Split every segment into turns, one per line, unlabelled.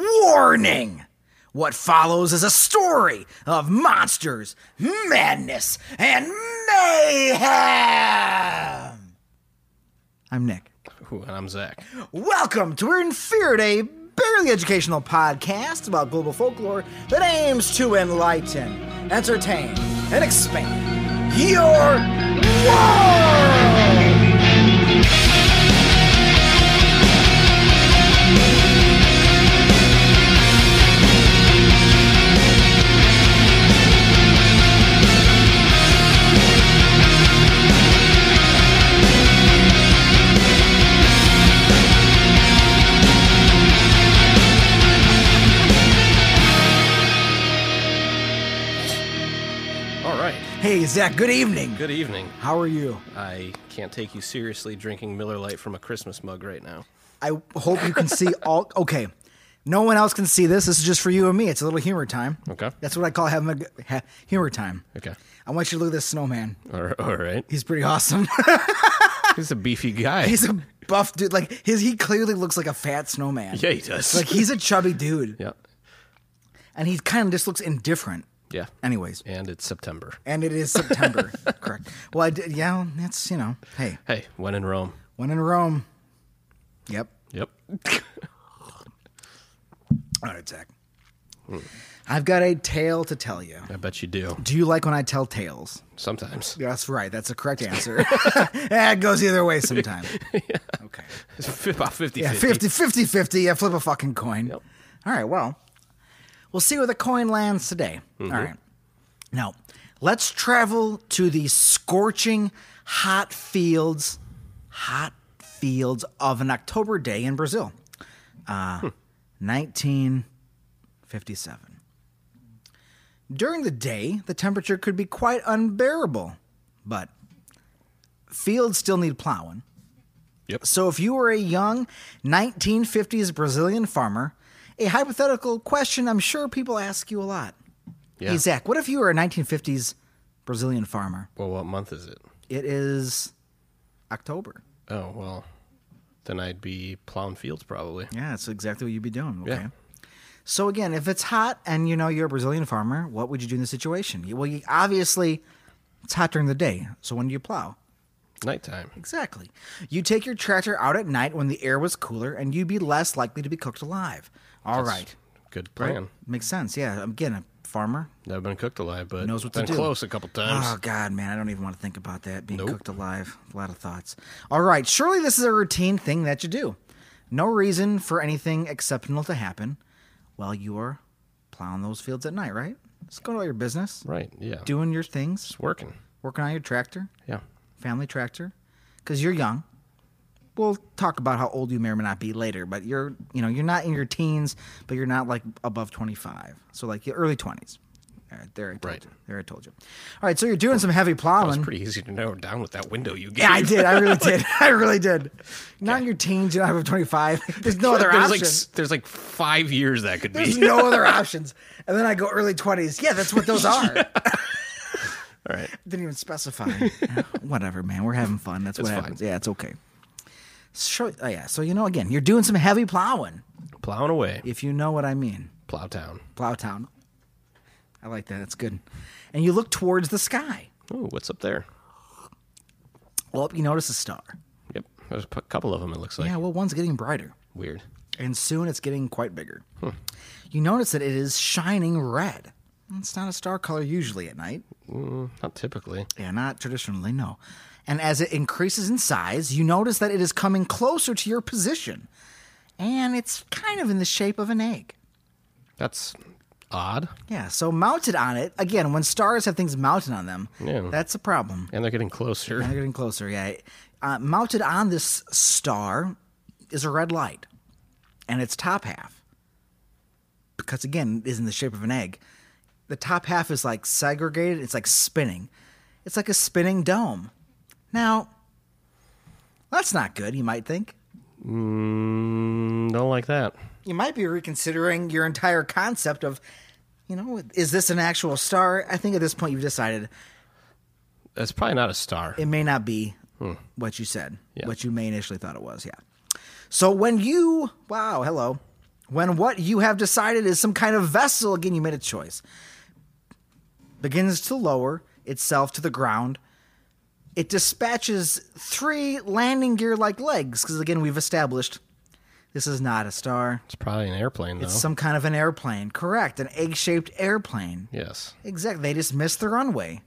Warning! What follows is a story of monsters, madness, and mayhem! I'm Nick.
Ooh, and I'm Zach.
Welcome to We're in Fear, a barely educational podcast about global folklore that aims to enlighten, entertain, and expand your world!
All right.
Hey, Zach, good evening.
Good evening.
How are you?
I can't take you seriously drinking Miller Lite from a Christmas mug right now.
I hope you can see all. Okay, no one else can see this. This is just for you and me. It's a little humor time.
Okay.
That's what I call having a g- ha- humor time.
Okay.
I want you to look at this snowman.
All right. All right.
He's pretty awesome.
He's a beefy guy.
he's a buff dude. Like his, he clearly looks like a fat snowman.
yeah, he does.
Like he's a chubby dude,
yeah.
and he kind of just looks indifferent.
Yeah.
Anyways,
And it's September.
and it is September. Correct. Well, I did, yeah, that's you know, hey,
Hey, when in Rome.
when in Rome. Yep.
Yep.
All right, Zach.
Hmm.
I've got a tale to tell you.
I bet you do.
Do you like when I tell tales?
Sometimes.
That's right. That's the correct answer. yeah, it goes either way sometimes. Okay.
It's f- about 50
Yeah,
50.
50, 50, 50. Yeah, flip a fucking coin. All right, well, we'll see where the coin lands today. All right. Now, let's travel to the scorching hot fields, hot fields of an October day in Brazil, uh, 1957. During the day, the temperature could be quite unbearable, but fields still need plowing.
Yep.
So if you were a young 1950s Brazilian farmer, a hypothetical question I'm sure people ask you a lot.
Yeah.
Hey, Zach, what if you were a 1950s Brazilian farmer?
Well, what month is it?
It is October.
Oh, well, then I'd be plowing fields probably.
Yeah, that's exactly what you'd be doing. Okay.
Yeah.
So again, if it's hot and you know you're a Brazilian farmer, what would you do in this situation? You- Well, you, obviously, it's hot during the day. So when do you plow?
Nighttime.
Exactly. You take your tractor out at night when the air was cooler, and you'd be less likely to be cooked alive. All right.
Good plan.
Makes sense. Yeah. Again, a farmer
Never been cooked alive, but
knows what
been
to do.
close a couple times.
Oh God, man, I don't even want to think about that. Being
Nope.
cooked alive. A lot of thoughts. All right. Surely this is a routine thing that you do. No reason for anything exceptional to happen while you are plowing those fields at night, right? Just going about your business,
right. Yeah.
doing your things,
it's working.
working on your tractor,
Yeah.
family tractor, because you're young. We'll talk about how old you may or may not be later, but you're, you know, you're not in your teens, but you're not like above 25, so like your early 20s. All right, there I told
Right.
you. There I told you. All right, so you're doing some heavy
It was
plowing.
pretty easy to narrow down with that window you gave.
Yeah, I did. I really did. I really did. Not in your teens. You're not above 25. There's no other
there's
option.
like s- there's like five years that could
There's
be.
no other options. And then I go early 20s. Yeah, that's what those are.
All right.
Didn't even specify. Whatever, man. We're having fun. That's what
It's fine.
happens. Yeah, it's okay. So, oh, yeah. So, you know, again, you're doing some heavy plowing,
Plowing away.
if you know what I mean.
Plowtown.
Plowtown. I like that. That's good. And you look towards the sky.
Ooh, what's up there?
Well, you notice a star.
Yep. There's a p- couple of them, it looks like.
Yeah, well, one's getting brighter.
Weird.
and soon it's getting quite bigger. You notice that it is shining red. It's not a star color usually at night.
Not typically.
Yeah, not traditionally, no. And as it increases in size, you notice that it is coming closer to your position. And it's kind of in the shape of an egg.
That's odd.
Yeah, so mounted on it, again, when stars have things mounted on them,
Yeah.
that's a problem.
And they're getting closer.
They're getting closer, yeah. Uh, mounted on this star is a red light, and its top half, because again, it is in the shape of an egg, the top half is like segregated, it's like spinning. It's like a spinning dome. Now, that's not good, you might think.
Mm, don't like that.
You might be reconsidering your entire concept of, you know, is this an actual star? I think at this point you've decided
That's probably not a star.
it may not be what you said,
Yeah.
what you may initially thought it was. Yeah. So when you, wow, hello, When what you have decided is some kind of vessel, again, you made a choice, begins to lower itself to the ground, it dispatches three landing gear like legs, because again, we've established this is not a star.
It's probably an airplane, though.
It's some kind of an airplane. Correct. An egg shaped airplane.
yes.
Exactly. They just missed the runway.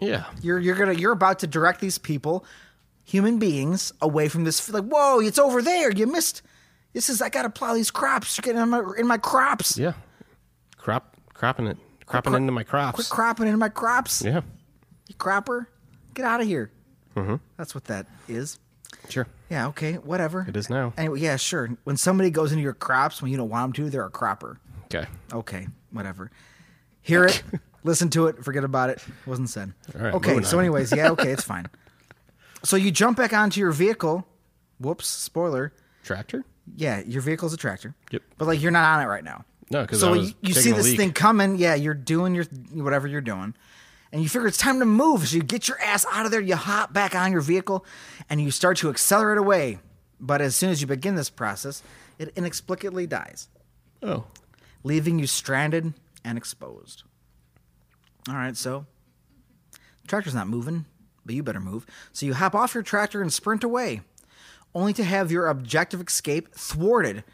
Yeah.
You're you're gonna you're about to direct these people, human beings, away from this. Like, whoa, it's over there. You missed. This is I gotta plow these crops. You're getting in my, in my crops.
Yeah. Crop, cropping it, cropping into my
Quit
crops.
cropping in my crops.
yeah.
You cropper, get out of here.
Mm-hmm.
That's what that is.
Sure.
Yeah. Okay. Whatever.
It is now.
Anyway, yeah, sure. When somebody goes into your crops when you don't want them to, they're a cropper.
Okay.
Okay, whatever. Hear it, listen to it, forget about it. Wasn't said.
All right,
okay,
moving
so
on.
anyways, yeah, okay, it's fine. So you jump back onto your vehicle. Whoops, spoiler.
Tractor.
Yeah, your vehicle's a tractor.
Yep.
But like you're not on it right now.
No, 'cause
so
I was
you, you
taking
see
a
this
leak.
thing coming. Yeah, you're doing your whatever you're doing, and you figure it's time to move. So you get your ass out of there. You hop back on your vehicle, and you start to accelerate away. But as soon as you begin this process, it inexplicably dies
Oh.
leaving you stranded and exposed. All right, so tractor's not moving, but you better move. So you hop off your tractor and sprint away, only to have your objective escape thwarted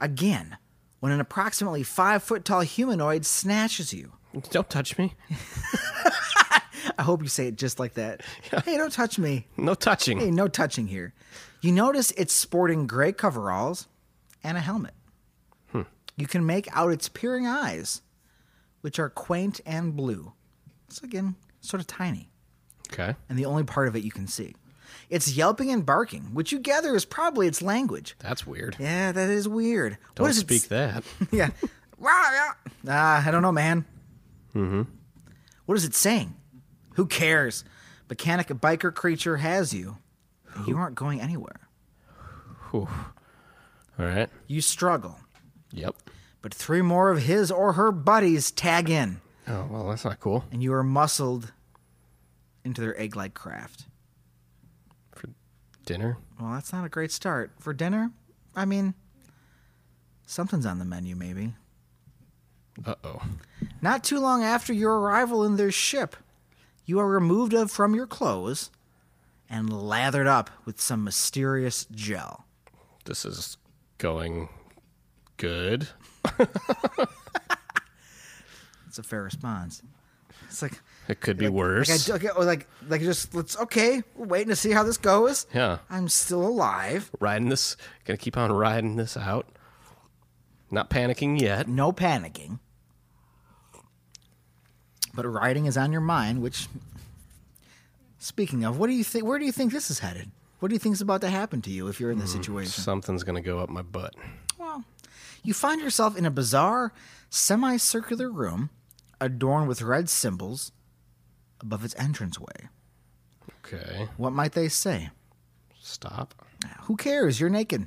again when an approximately five foot tall humanoid snatches you.
Don't touch me.
I hope you say it just like that. Hey, don't touch me.
No touching.
Hey, no touching here. You notice it's sporting gray coveralls and a helmet.
Hmm.
You can make out its peering eyes, which are quaint and blue. So, again, sort of tiny,
Okay.
and the only part of it you can see. It's yelping and barking, which you gather is probably its language.
That's weird.
Yeah, that is weird.
Don't
is
speak
It?
that.
yeah. Ah, I don't know, man. Mm-hmm. What is it saying? Who cares? Mechanic biker creature has you. and You aren't going anywhere.
Whew. All right.
You struggle,
Yep.
but three more of his or her buddies tag in,
Oh well, that's not cool.
and you are muscled into their egg-like craft.
For dinner.
Well, that's not a great start for dinner. I mean, something's on the menu, maybe.
Uh oh.
Not too long after your arrival in their ship, you are removed of from your clothes and lathered up with some mysterious gel.
This is going good.
It's a fair response. It's like
It could be
like I
worse.
do- okay, or like like just let's okay, we're waiting to see how this goes.
yeah.
I'm still alive.
Riding this. Gonna keep on riding this out. Not panicking yet.
No panicking. But writing is on your mind, which speaking of, what do you think where do you think this is headed? What do you think is about to happen to you if you're in this situation?
Something's gonna go up my butt.
Well, you find yourself in a bizarre semicircular room adorned with red symbols above its entranceway.
Okay.
What might they say?
Stop.
Who cares? You're naked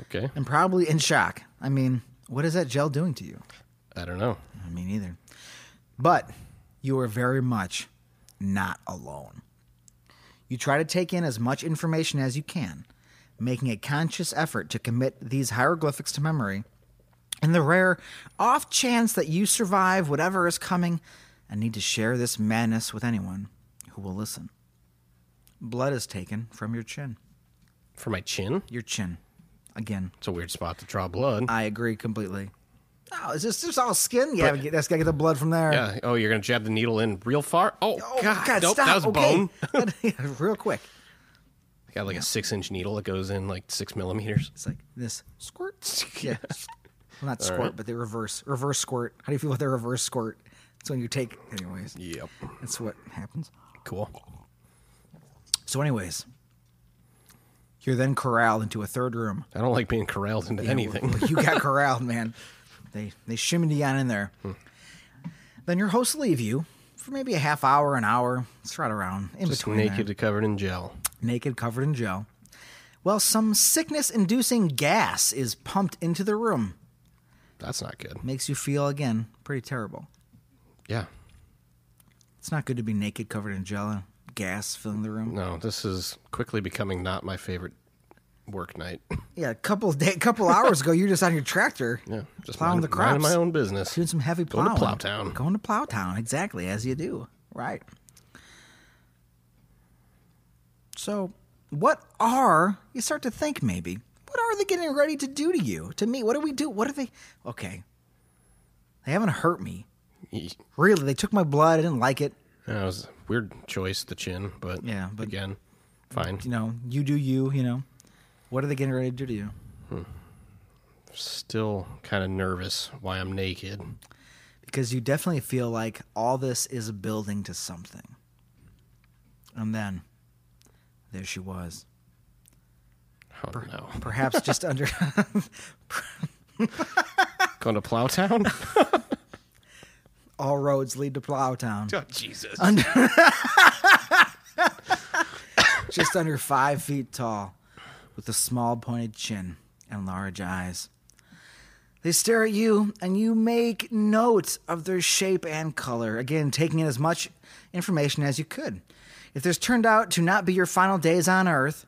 Okay.
and probably in shock. I mean, what is that gel doing to you?
I don't know.
I mean, either. But you are very much not alone. You try to take in as much information as you can, making a conscious effort to commit these hieroglyphics to memory, and the rare off chance that you survive whatever is coming and need to share this madness with anyone who will listen. Blood is taken from your chin.
For my chin.
Your chin. Again,
It's a weird spot to draw blood.
I agree completely. Oh, is this just all skin? Yeah, that's gotta get the blood from there.
yeah. Oh, you're gonna jab the needle in real far. Oh,
Oh
God.
God!
nope,
stop.
That was
okay.
bone.
That- Real quick,
I got like a six inch needle that goes in like six millimeters.
it's like this squirt. Yeah, well, not squirt, but the reverse reverse squirt. How do you feel about the reverse squirt? It's when you take, anyways.
Yep.
That's what happens.
Cool.
So, anyways, you're then corralled into a third room.
I don't like being corralled into anything.
Well, you got corralled, man. They they shimmied you on in there.
Hmm.
Then your hosts leave you for maybe a half hour, an hour. It's right around in
Just
between. there.
naked, covered in gel.
naked, covered in gel. Well, some sickness inducing gas is pumped into the room.
That's not good.
Makes you feel, again, pretty terrible.
Yeah.
It's not good to be naked, covered in gel and gas filling the room.
No, this is quickly becoming not my favorite work night.
Yeah, a couple of day, couple hours ago, you were just on your tractor,
Yeah, just
plowing
mind-
the crops,
minding my own business.
doing some heavy
Going
plowing.
to Plowtown.
Going to Plowtown, exactly as you do, right? So, what are you start to think maybe? What are they getting ready to do to you? To me, what do we do? What are they? Okay, they haven't hurt me
Ye-
really. They took my blood. I didn't like it.
That was a weird choice, the chin, but
Yeah, but-
again, fine.
You know, you do you. You know, what are they getting ready to do to you?
Still kind of nervous why I'm naked. Oh,
because you definitely feel like all this is building to something. And then there she was,
Oh no,
perhaps just under
going to Plowtown?
all roads lead to Plowtown,
oh, Jesus.
just under five feet tall, with a small pointed chin and large eyes. They stare at you, and you make note of their shape and color, again, taking in as much information as you could. If this turned out to not be your final days on Earth,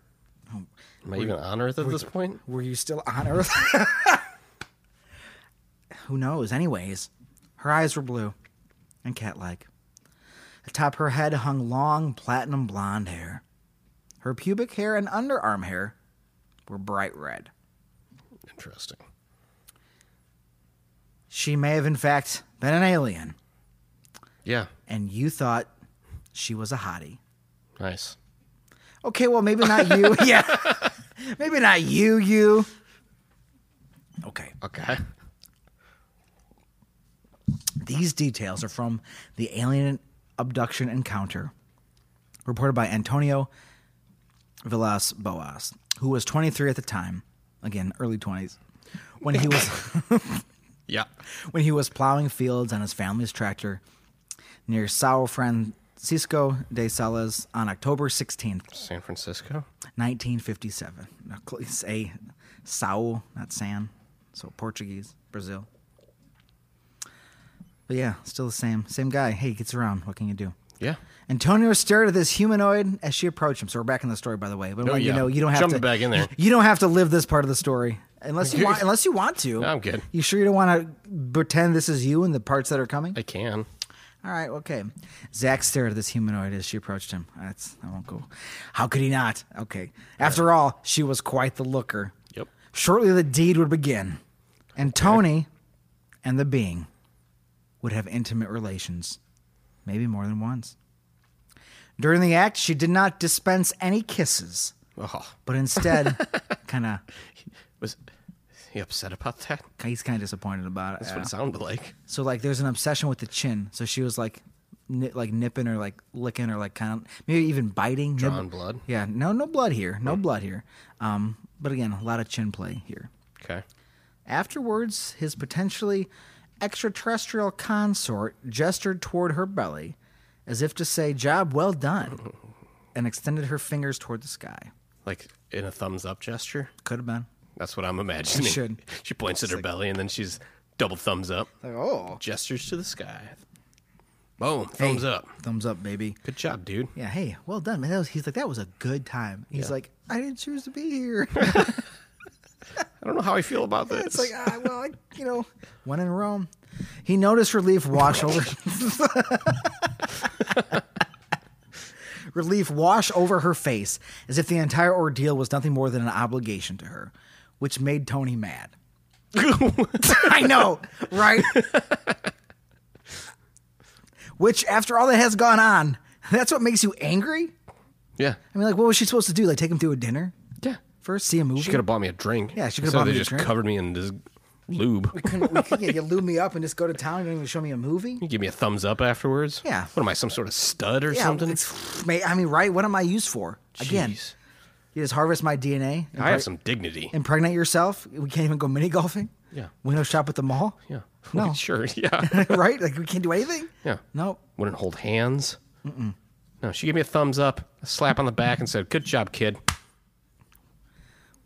Am I even on Earth at this point?
Were you still on Earth? Who knows? Anyways, her eyes were blue and cat like. Atop her head hung long platinum blonde hair. Her pubic hair and underarm hair were bright red.
Interesting.
She may have, in fact, been an alien,
Yeah,
and you thought she was a hottie.
nice.
Okay, well, maybe not you. yeah. Maybe not you, you. Okay.
Okay.
These details are from the alien abduction encounter reported by Antonio Villas Boas, who was 23 at the time, again, early 20s, when he was
Yeah.
when he was plowing fields on his family's tractor near Sao Francisco de Sales on October 16th,
San Francisco?
1957. Now, cl- Say Sao, not San. So Portuguese, Brazil. But yeah, still the same. Same guy. Hey, he gets around. What can you do?
Yeah.
Antonio stared at this humanoid as she approached him. So we're back in the story, by the way. But I'm letting
Oh, yeah.
you know, you don't have
Jump
to
back in there.
You don't have to live this part of the story unless you want, unless you want to.
I'm good.
You sure you don't want to pretend this is you and the parts that are coming?
I can.
All right, okay. Zach stared at this humanoid as she approached him. That's I won't go. How could he not? Okay. After all, she was quite the looker.
Yep.
Shortly the deed would begin, and Tony and the being would have intimate relations, maybe more than once. During the act, she did not dispense any kisses,
Oh,
but instead, kind of,
was he upset about that?
he's kind of disappointed about it.
That's
yeah.
what it sounded like.
So like, there's an obsession with the chin. So she was like, ni- like nipping or like licking or like kind of maybe even biting. nib-
Drawn blood.
Yeah, no, no blood here, no blood here. Um, but again, a lot of chin play here.
Okay.
Afterwards, his potentially extraterrestrial consort gestured toward her belly as if to say, Job well done, and extended her fingers toward the sky.
Like in a thumbs up gesture?
Could have been.
That's what I'm imagining.
You should.
She points at her belly and then she's double thumbs up,
Like, oh.
gestures to the sky. Boom, thumbs up.
Thumbs up, baby.
Good job, dude.
Yeah, hey, well done. Man, that was, he's like, that was a good time. He's
Yeah.
like, I didn't choose to be here.
I don't know how I feel about this.
it's like, ah, well, I, you know, when in Rome. He noticed relief wash over. relief wash over her face as if the entire ordeal was nothing more than an obligation to her, which made Tony mad. I know, right? which, after all that has gone on, that's what makes you angry?
yeah.
I mean, like, what was she supposed to do? Like, take him to a dinner
Yeah.
first? See a movie?
She could have bought me a drink.
Yeah, she could have
Instead,
bought
they
me a
just
drink.
covered me in this lube.
couldn't, we could, yeah, you lube me up and just go to town. You don't even show me a movie.
You give me a thumbs up afterwards.
Yeah.
What am I, some sort of stud or
Yeah,
something?
it's- ma- I mean, right? What am I used for? Again,
Jeez.
you just harvest my DNA, and
I have some dignity.
impregnate yourself. We can't even go mini golfing.
Yeah.
window shop at the mall.
Yeah.
No.
Sure. Yeah.
right? Like we can't do anything.
yeah.
Nope.
Wouldn't hold hands. Mm-mm. No, she gave me a thumbs up, a slap on the back, and said, "Good job, kid.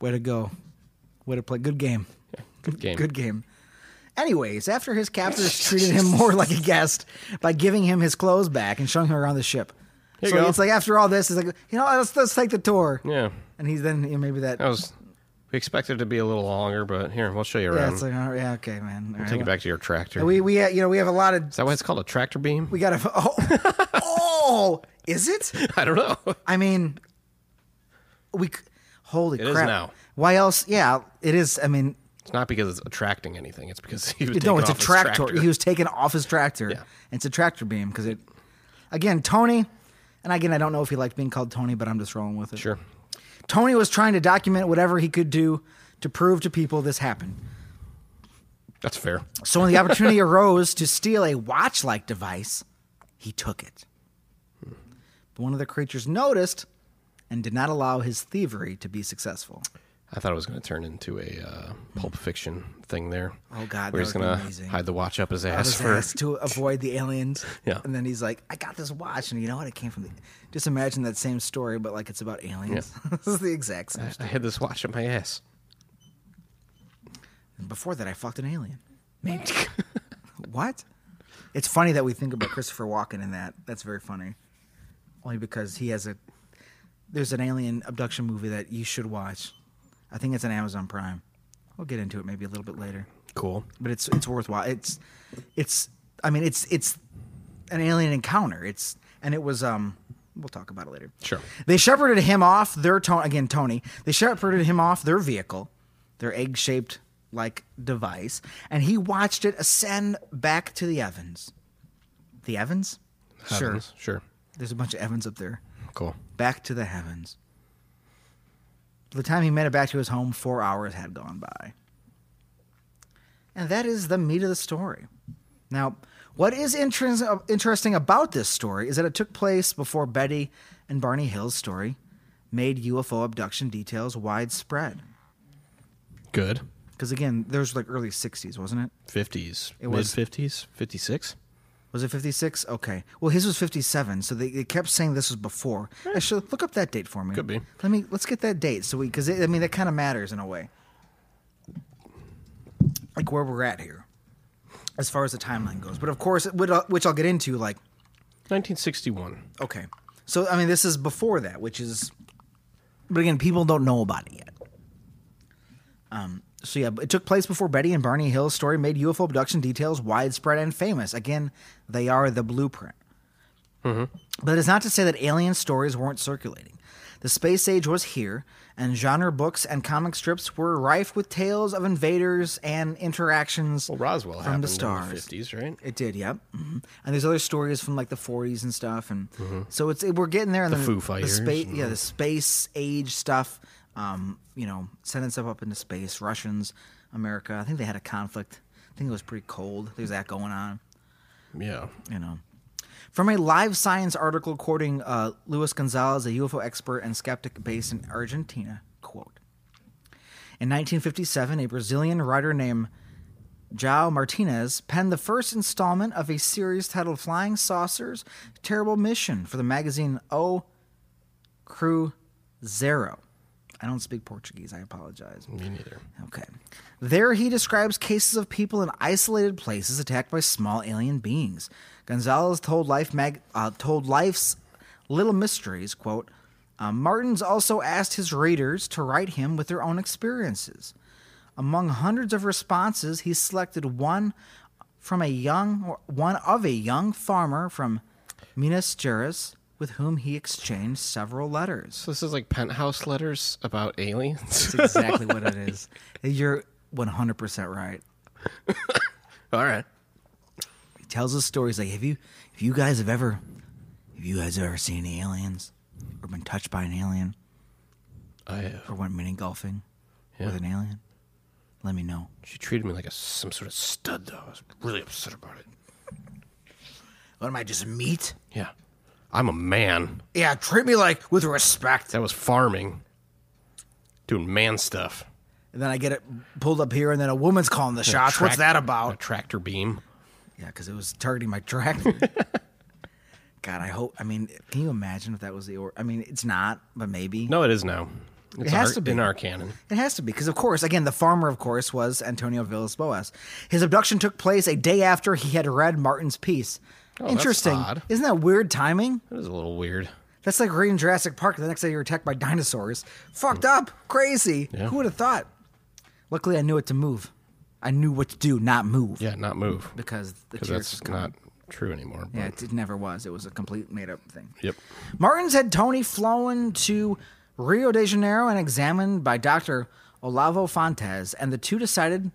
Way to go. Way to play. Good game.
Good game."
Good game. Anyways, after his captors treated him more like a guest by giving him his clothes back and showing him around the ship.
Here you
so
go.
it's like after all this, it's like you know, let's let's take the tour.
Yeah.
And he's then you know, maybe that
That was We expected it to be a little longer, but here we'll show you
Yeah,
around.
it's like, all right, yeah, okay, man. All right,
Take it
well-
back to your tractor.
We we uh, you know we have a lot of
Is that why it's called a tractor beam?
we got to oh, oh is it?
I don't know.
I mean, we c- holy
is
crap!
now.
Why else? Yeah, it is. I mean,
It's not because it's attracting anything. It's because he was
no,
taking
it's a
off his
tractor. He was taken off his tractor.
Yeah.
It's a tractor beam because it. Again, Tony, and again, I don't know if he liked being called Tony, but I'm just rolling with it.
Sure.
Tony was trying to document whatever he could do to prove to people this happened.
That's fair.
So when the opportunity arose to steal a watch like device, he took it. But one of the creatures noticed and did not allow his thievery to be successful.
I thought it was going to turn into a uh, Pulp Fiction thing there.
Oh, God,
we're
that
just
would be
gonna
amazing.
hide the watch up his ass
His
for.
ass to avoid the aliens.
Yeah.
And then he's like, I got this watch. And you know what? It came from the. Just imagine that same story, but like it's about aliens. this is the exact same.
I hid this watch up my ass.
Before that, I fucked an alien. Maybe. what? It's funny that we think about Christopher Walken in that. That's very funny. Only because he has a. There's an alien abduction movie that you should watch. I think it's on Amazon Prime. We'll get into it maybe a little bit later,
Cool.
but it's it's worthwhile. It's it's I mean it's it's an alien encounter. It's and it was um we'll talk about it later.
Sure.
They shepherded him off their ton again, Tony. They shepherded him off their vehicle, their egg shaped like device, and he watched it ascend back to the Evans. The Evans? Sure.
Heavens. Sure.
There's a bunch of Evans up there.
Cool.
Back to the heavens. By the time he made it back to his home, four hours had gone by. And that is the meat of the story. Now, what is interest- interesting about this story is that it took place before Betty and Barney Hill's story made UFO abduction details widespread.
Good.
Because again, there's like early 60s, wasn't it?
Fifties. Mid
was-
fifties. Fifty six.
Was it 56? Okay. Well, his was 57, so they, they kept saying this was before. Actually, look up that date for me.
Eh. Could be.
Let me let's get that date so we cuz I mean that kind of matters in a way. Like where we're at here as far as the timeline goes. But of course, it would, which I'll get into like
Nineteen sixty one.
okay. So I mean this is before that, which is but again, people don't know about it yet. Um so yeah, it took place before Betty and Barney Hill's story made UFO abduction details widespread and famous. Again, they are the blueprint. But it's not to say that alien stories weren't circulating. The space age was here, and genre books and comic strips were rife with tales of invaders and interactions.
Well, Roswell
From the
happened in
stars.
the fifties, right?
it did, yep. hmm And there's other stories from like the 40s and stuff, and so it's it, we're getting there. And the
Foo Fighters
spa- yeah, the space age stuff. Um, you know, sending stuff up into space. Russians, America. I think they had a conflict. I think it was pretty cold. There's that going on
Yeah.
you know. From a live science article quoting uh, Luis Gonzalez, a UFO expert and skeptic based in Argentina, quote, in 1957, a Brazilian writer named Jao Martinez penned the first installment of a series titled Flying Saucers Terrible Mission for the magazine O Cruzeiro. I don't speak Portuguese, I apologize.
Me neither.
Okay. There he describes cases of people in isolated places attacked by small alien beings. Gonzalez told Life mag- uh, told Life's Little Mysteries, quote, uh, Martins also asked his readers to write him with their own experiences. Among hundreds of responses, he selected one from a young one of a young farmer from Minas Gerais with whom he exchanged several letters.
So this is like penthouse letters about aliens.
That's exactly what it is. You're 100% right.
All right.
He tells us stories like, "Have you, if you guys have ever, if you guys have ever seen any aliens, or been touched by an alien,
I. Uh,
or went mini golfing with an alien, let me know."
she treated me like a some sort of stud, though. I was really upset about it.
What am I, just meat?
Yeah. I'm a man.
Yeah, treat me like with respect.
That was farming. Doing man stuff.
And then I get it pulled up here, and then a woman's calling the shots. What's
Tract-
that
A
about?
tractor beam.
Yeah, because it was targeting my track. God, I hope. I mean, can you imagine if that was the? Or I mean, it's not, but maybe.
No, it is now. It's
has
our,
to be.
in our canon.
It has to be, because of course, again, the farmer, of course, was Antonio Villas Boas. His abduction took place a day after he had read Martin's piece.
Oh, that's
Interesting.
odd.
Isn't that weird timing?
That is a little weird.
That's like reading Jurassic Park. The next day you're attacked by dinosaurs. Fucked up, crazy.
Yeah.
Who would have thought? Luckily, I knew what to move. I knew what to do, not move.
Yeah, not move.
Because the
Because
tears
that's
gone.
not true anymore. But,
Yeah, it, it never was. It was a complete made up thing.
Yep.
Martins had Tony flown to Rio de Janeiro and examined by Dr. Olavo Fontes, and the two decided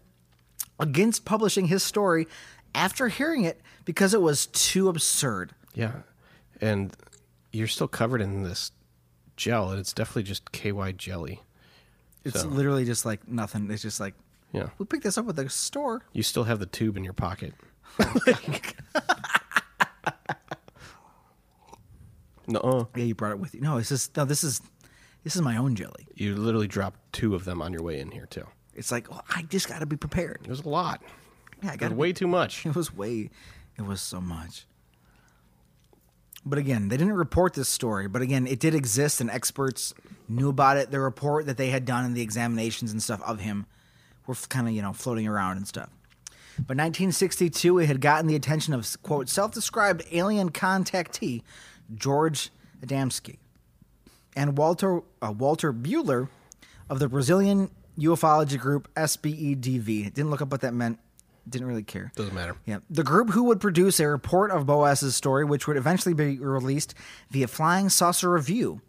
against publishing his story after hearing it because it was too absurd.
Yeah. And you're still covered in this gel, and it's definitely just KY jelly.
It's
So-
literally just like nothing. It's just like,
Yeah.
we picked this up at the store.
You still have the tube in your pocket. Oh no,
Yeah, you brought it with you. No, it's just no. This is this is my own jelly.
you literally dropped two of them on your way in here too.
It's like oh, I just got to be prepared.
It was a lot.
Yeah, I
It was
got
way too much.
It was way, it was so much. But again, they didn't report this story. But again, it did exist, and experts knew about it. The report that they had done and the examinations and stuff of him were kind of you know floating around and stuff. But 1962, it had gotten the attention of quote self-described alien contactee George Adamski and Walter uh, Walter Bueller of the Brazilian ufology group SBEDV. Didn't look up what that meant. Didn't really care.
Doesn't matter.
Yeah, the group who would produce a report of Boas's story, which would eventually be released via Flying Saucer Review,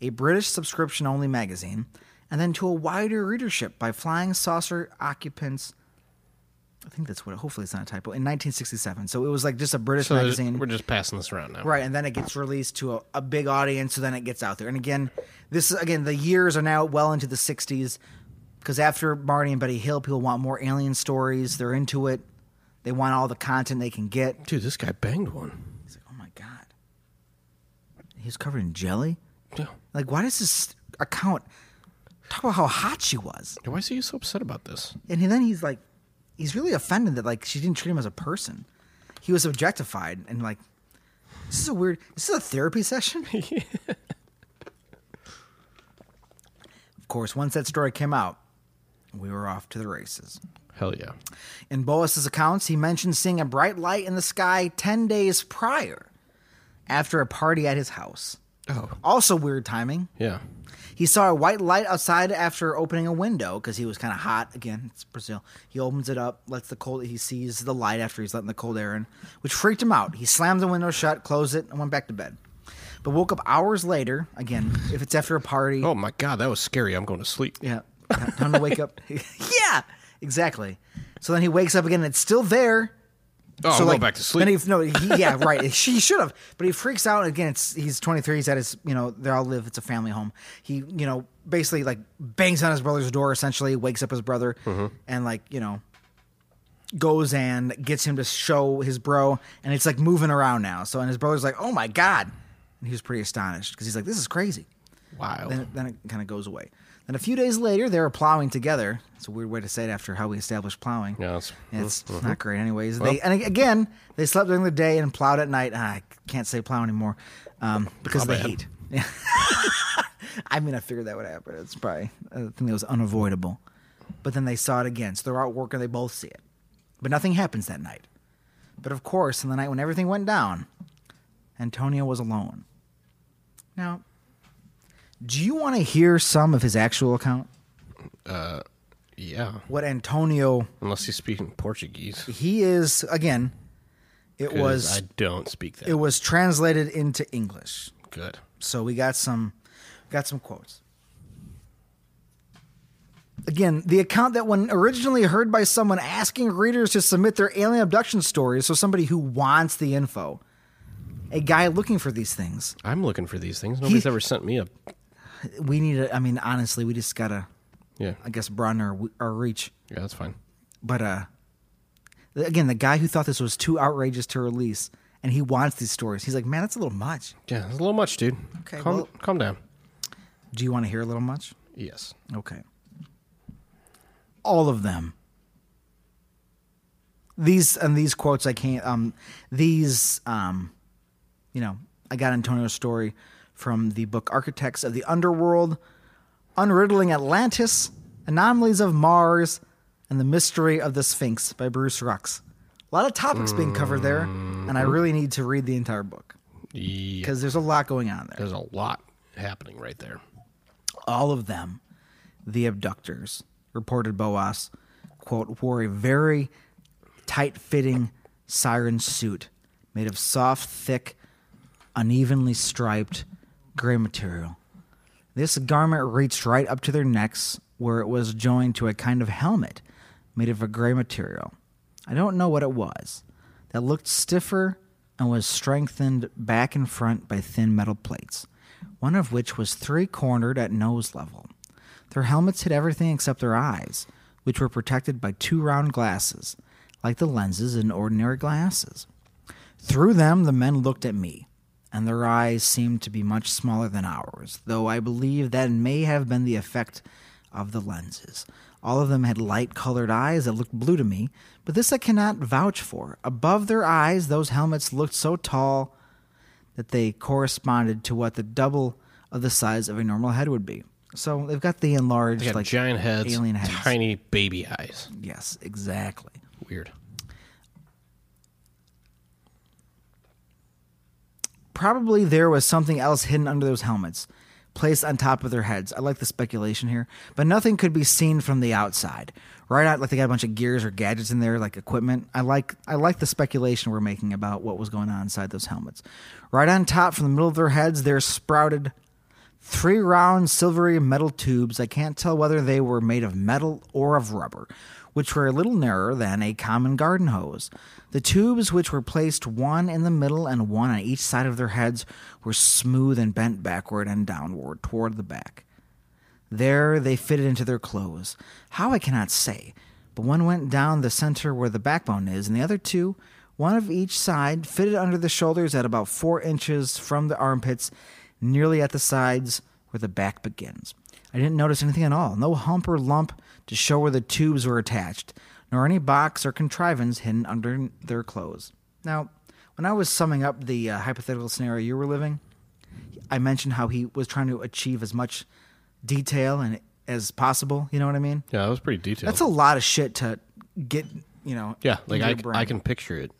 a British subscription-only magazine, and then to a wider readership by Flying Saucer occupants. I think that's what. it- Hopefully, it's not a typo. In 1967, so it was like just a British
So
magazine.
we're just passing this around now.
Right, and then it gets released to a, a big audience, so then it gets out there. And again, this is again the years are now well into the '60s, because after Marty and Betty Hill, people want more alien stories. They're into it. They want all the content they can get.
Dude, this guy banged one.
It's like, oh my god, he was covered in jelly.
Yeah.
Like, why does this account talk about how hot she was?
Why is he so upset about this?
And then he's like, he's really offended that like she didn't treat him as a person. He was objectified and like, this is a weird. This is a therapy session. of course, once that story came out, we were off to the races.
Hell yeah.
In Boas's accounts, he mentioned seeing a bright light in the sky ten days prior, after a party at his house.
Oh.
Also, weird timing.
Yeah.
He saw a white light outside after opening a window because he was kind of hot. Again, it's Brazil. He opens it up, lets the cold. He sees the light after he's letting the cold air in, which freaked him out. He slammed the window shut, closed it, and went back to bed. But woke up hours later. Again, if it's after a party,
Oh my god, that was scary. I'm going to sleep.
yeah, time to wake up. yeah, exactly. So then he wakes up again, and it's still there.
Oh, I'm
so
going back to sleep.
Then he, no, he, yeah, right. She should have, but he freaks out again. It's he's 23. He's at his, you know, they all live. It's a family home. He, you know, basically like bangs on his brother's door. Essentially, wakes up his brother,
Mm-hmm.
and like you know, goes and gets him to show his bro, and it's like moving around now. So and his brother's like, oh my god, and he was pretty astonished because he's like, this is crazy.
Wild.
Then, then it kind of goes away. Then a few days later, they were plowing together. It's a weird way to say it after how we established plowing.
Yeah, mm-hmm. it's-
it's not great, anyways. They and again, they slept during the day and plowed at night. Ah, I can't say plow anymore um, because
My
they
bad.
hate. Yeah. I mean, I figured that would happen. It's probably a thing that was unavoidable. But then they saw it again. So they're out working. They both see it, but nothing happens that night. But of course, on the night when everything went down, Antonio was alone. Now, do you want to hear some of his actual account?
yeah.
What Antonio,
Unless he's speaking Portuguese.
he is, again, it
'Cause
was
I don't speak that
it was translated into English.
good.
So we got some got some quotes. Again, the account that when originally heard by someone asking readers to submit their alien abduction stories, so somebody who wants the info, a guy looking for these things.
I'm looking for these things. Nobody's ever sent me a
We need to, I mean, honestly, we just gotta,
Yeah.
I guess, broaden our, our reach.
Yeah, that's fine.
But uh th- again, the guy who thought this was too outrageous to release and he wants these stories. He's like, "Man, that's a little much.
Yeah, it's a little much, dude.
Okay,
Calm,
well-
calm down.
Do you want to hear a little much?"
Yes.
Okay. All of them. These and these quotes I can't um these um you know, I got Antonio's story from the book Architects of the Underworld, Unriddling Atlantis, Anomalies of Mars, and the Mystery of the Sphinx by Bruce Rux. A lot of topics being covered there, and I really need to read the entire book.
Yeah,
because there's a lot going on there.
there's a lot happening right there.
all of them, the abductors, reported Boas, quote, wore a very tight fitting siren suit made of soft, thick, unevenly striped gray material. This garment reached right up to their necks, where it was joined to a kind of helmet made of a gray material. I don't know what it was, that looked stiffer and was strengthened back and front by thin metal plates, one of which was three cornered at nose level. Their helmets hid everything except their eyes, which were protected by two round glasses, like the lenses in ordinary glasses. Through them, the men looked at me, and their eyes seemed to be much smaller than ours, though I believe that may have been the effect of the lenses. All of them had light colored eyes that looked blue to me, but this I cannot vouch for. Above their eyes, those helmets looked so tall that they corresponded to what the double of the size of a normal head would be. So they've got the enlarged,
They got
like
giant heads,
alien heads.
tiny baby eyes.
Yes, exactly.
Weird.
probably there was something else hidden under those helmets, placed on top of their heads. I like the speculation here, but nothing could be seen from the outside. Right out, like they got a bunch of gears or gadgets in there, like equipment. I like, I like the speculation we're making about what was going on inside those helmets. Right on top, from the middle of their heads, there sprouted three round silvery metal tubes. I can't tell whether they were made of metal or of rubber, which were a little narrower than a common garden hose. The tubes, which were placed one in the middle and one on each side of their heads, were smooth and bent backward and downward toward the back. There they fitted into their clothes. How I cannot say, but one went down the center where the backbone is, and the other two, one of each side, fitted under the shoulders at about four inches from the armpits, nearly at the sides where the back begins. I didn't notice anything at all, no hump or lump to show where the tubes were attached, nor any box or contrivance hidden under their clothes. Now, when I was summing up the uh, hypothetical scenario you were living, I mentioned how he was trying to achieve as much detail and as possible. You know what I mean?
Yeah, that was pretty detailed.
That's a lot of shit to get. You know.
yeah, like
into
I,
your brain.
I can picture it.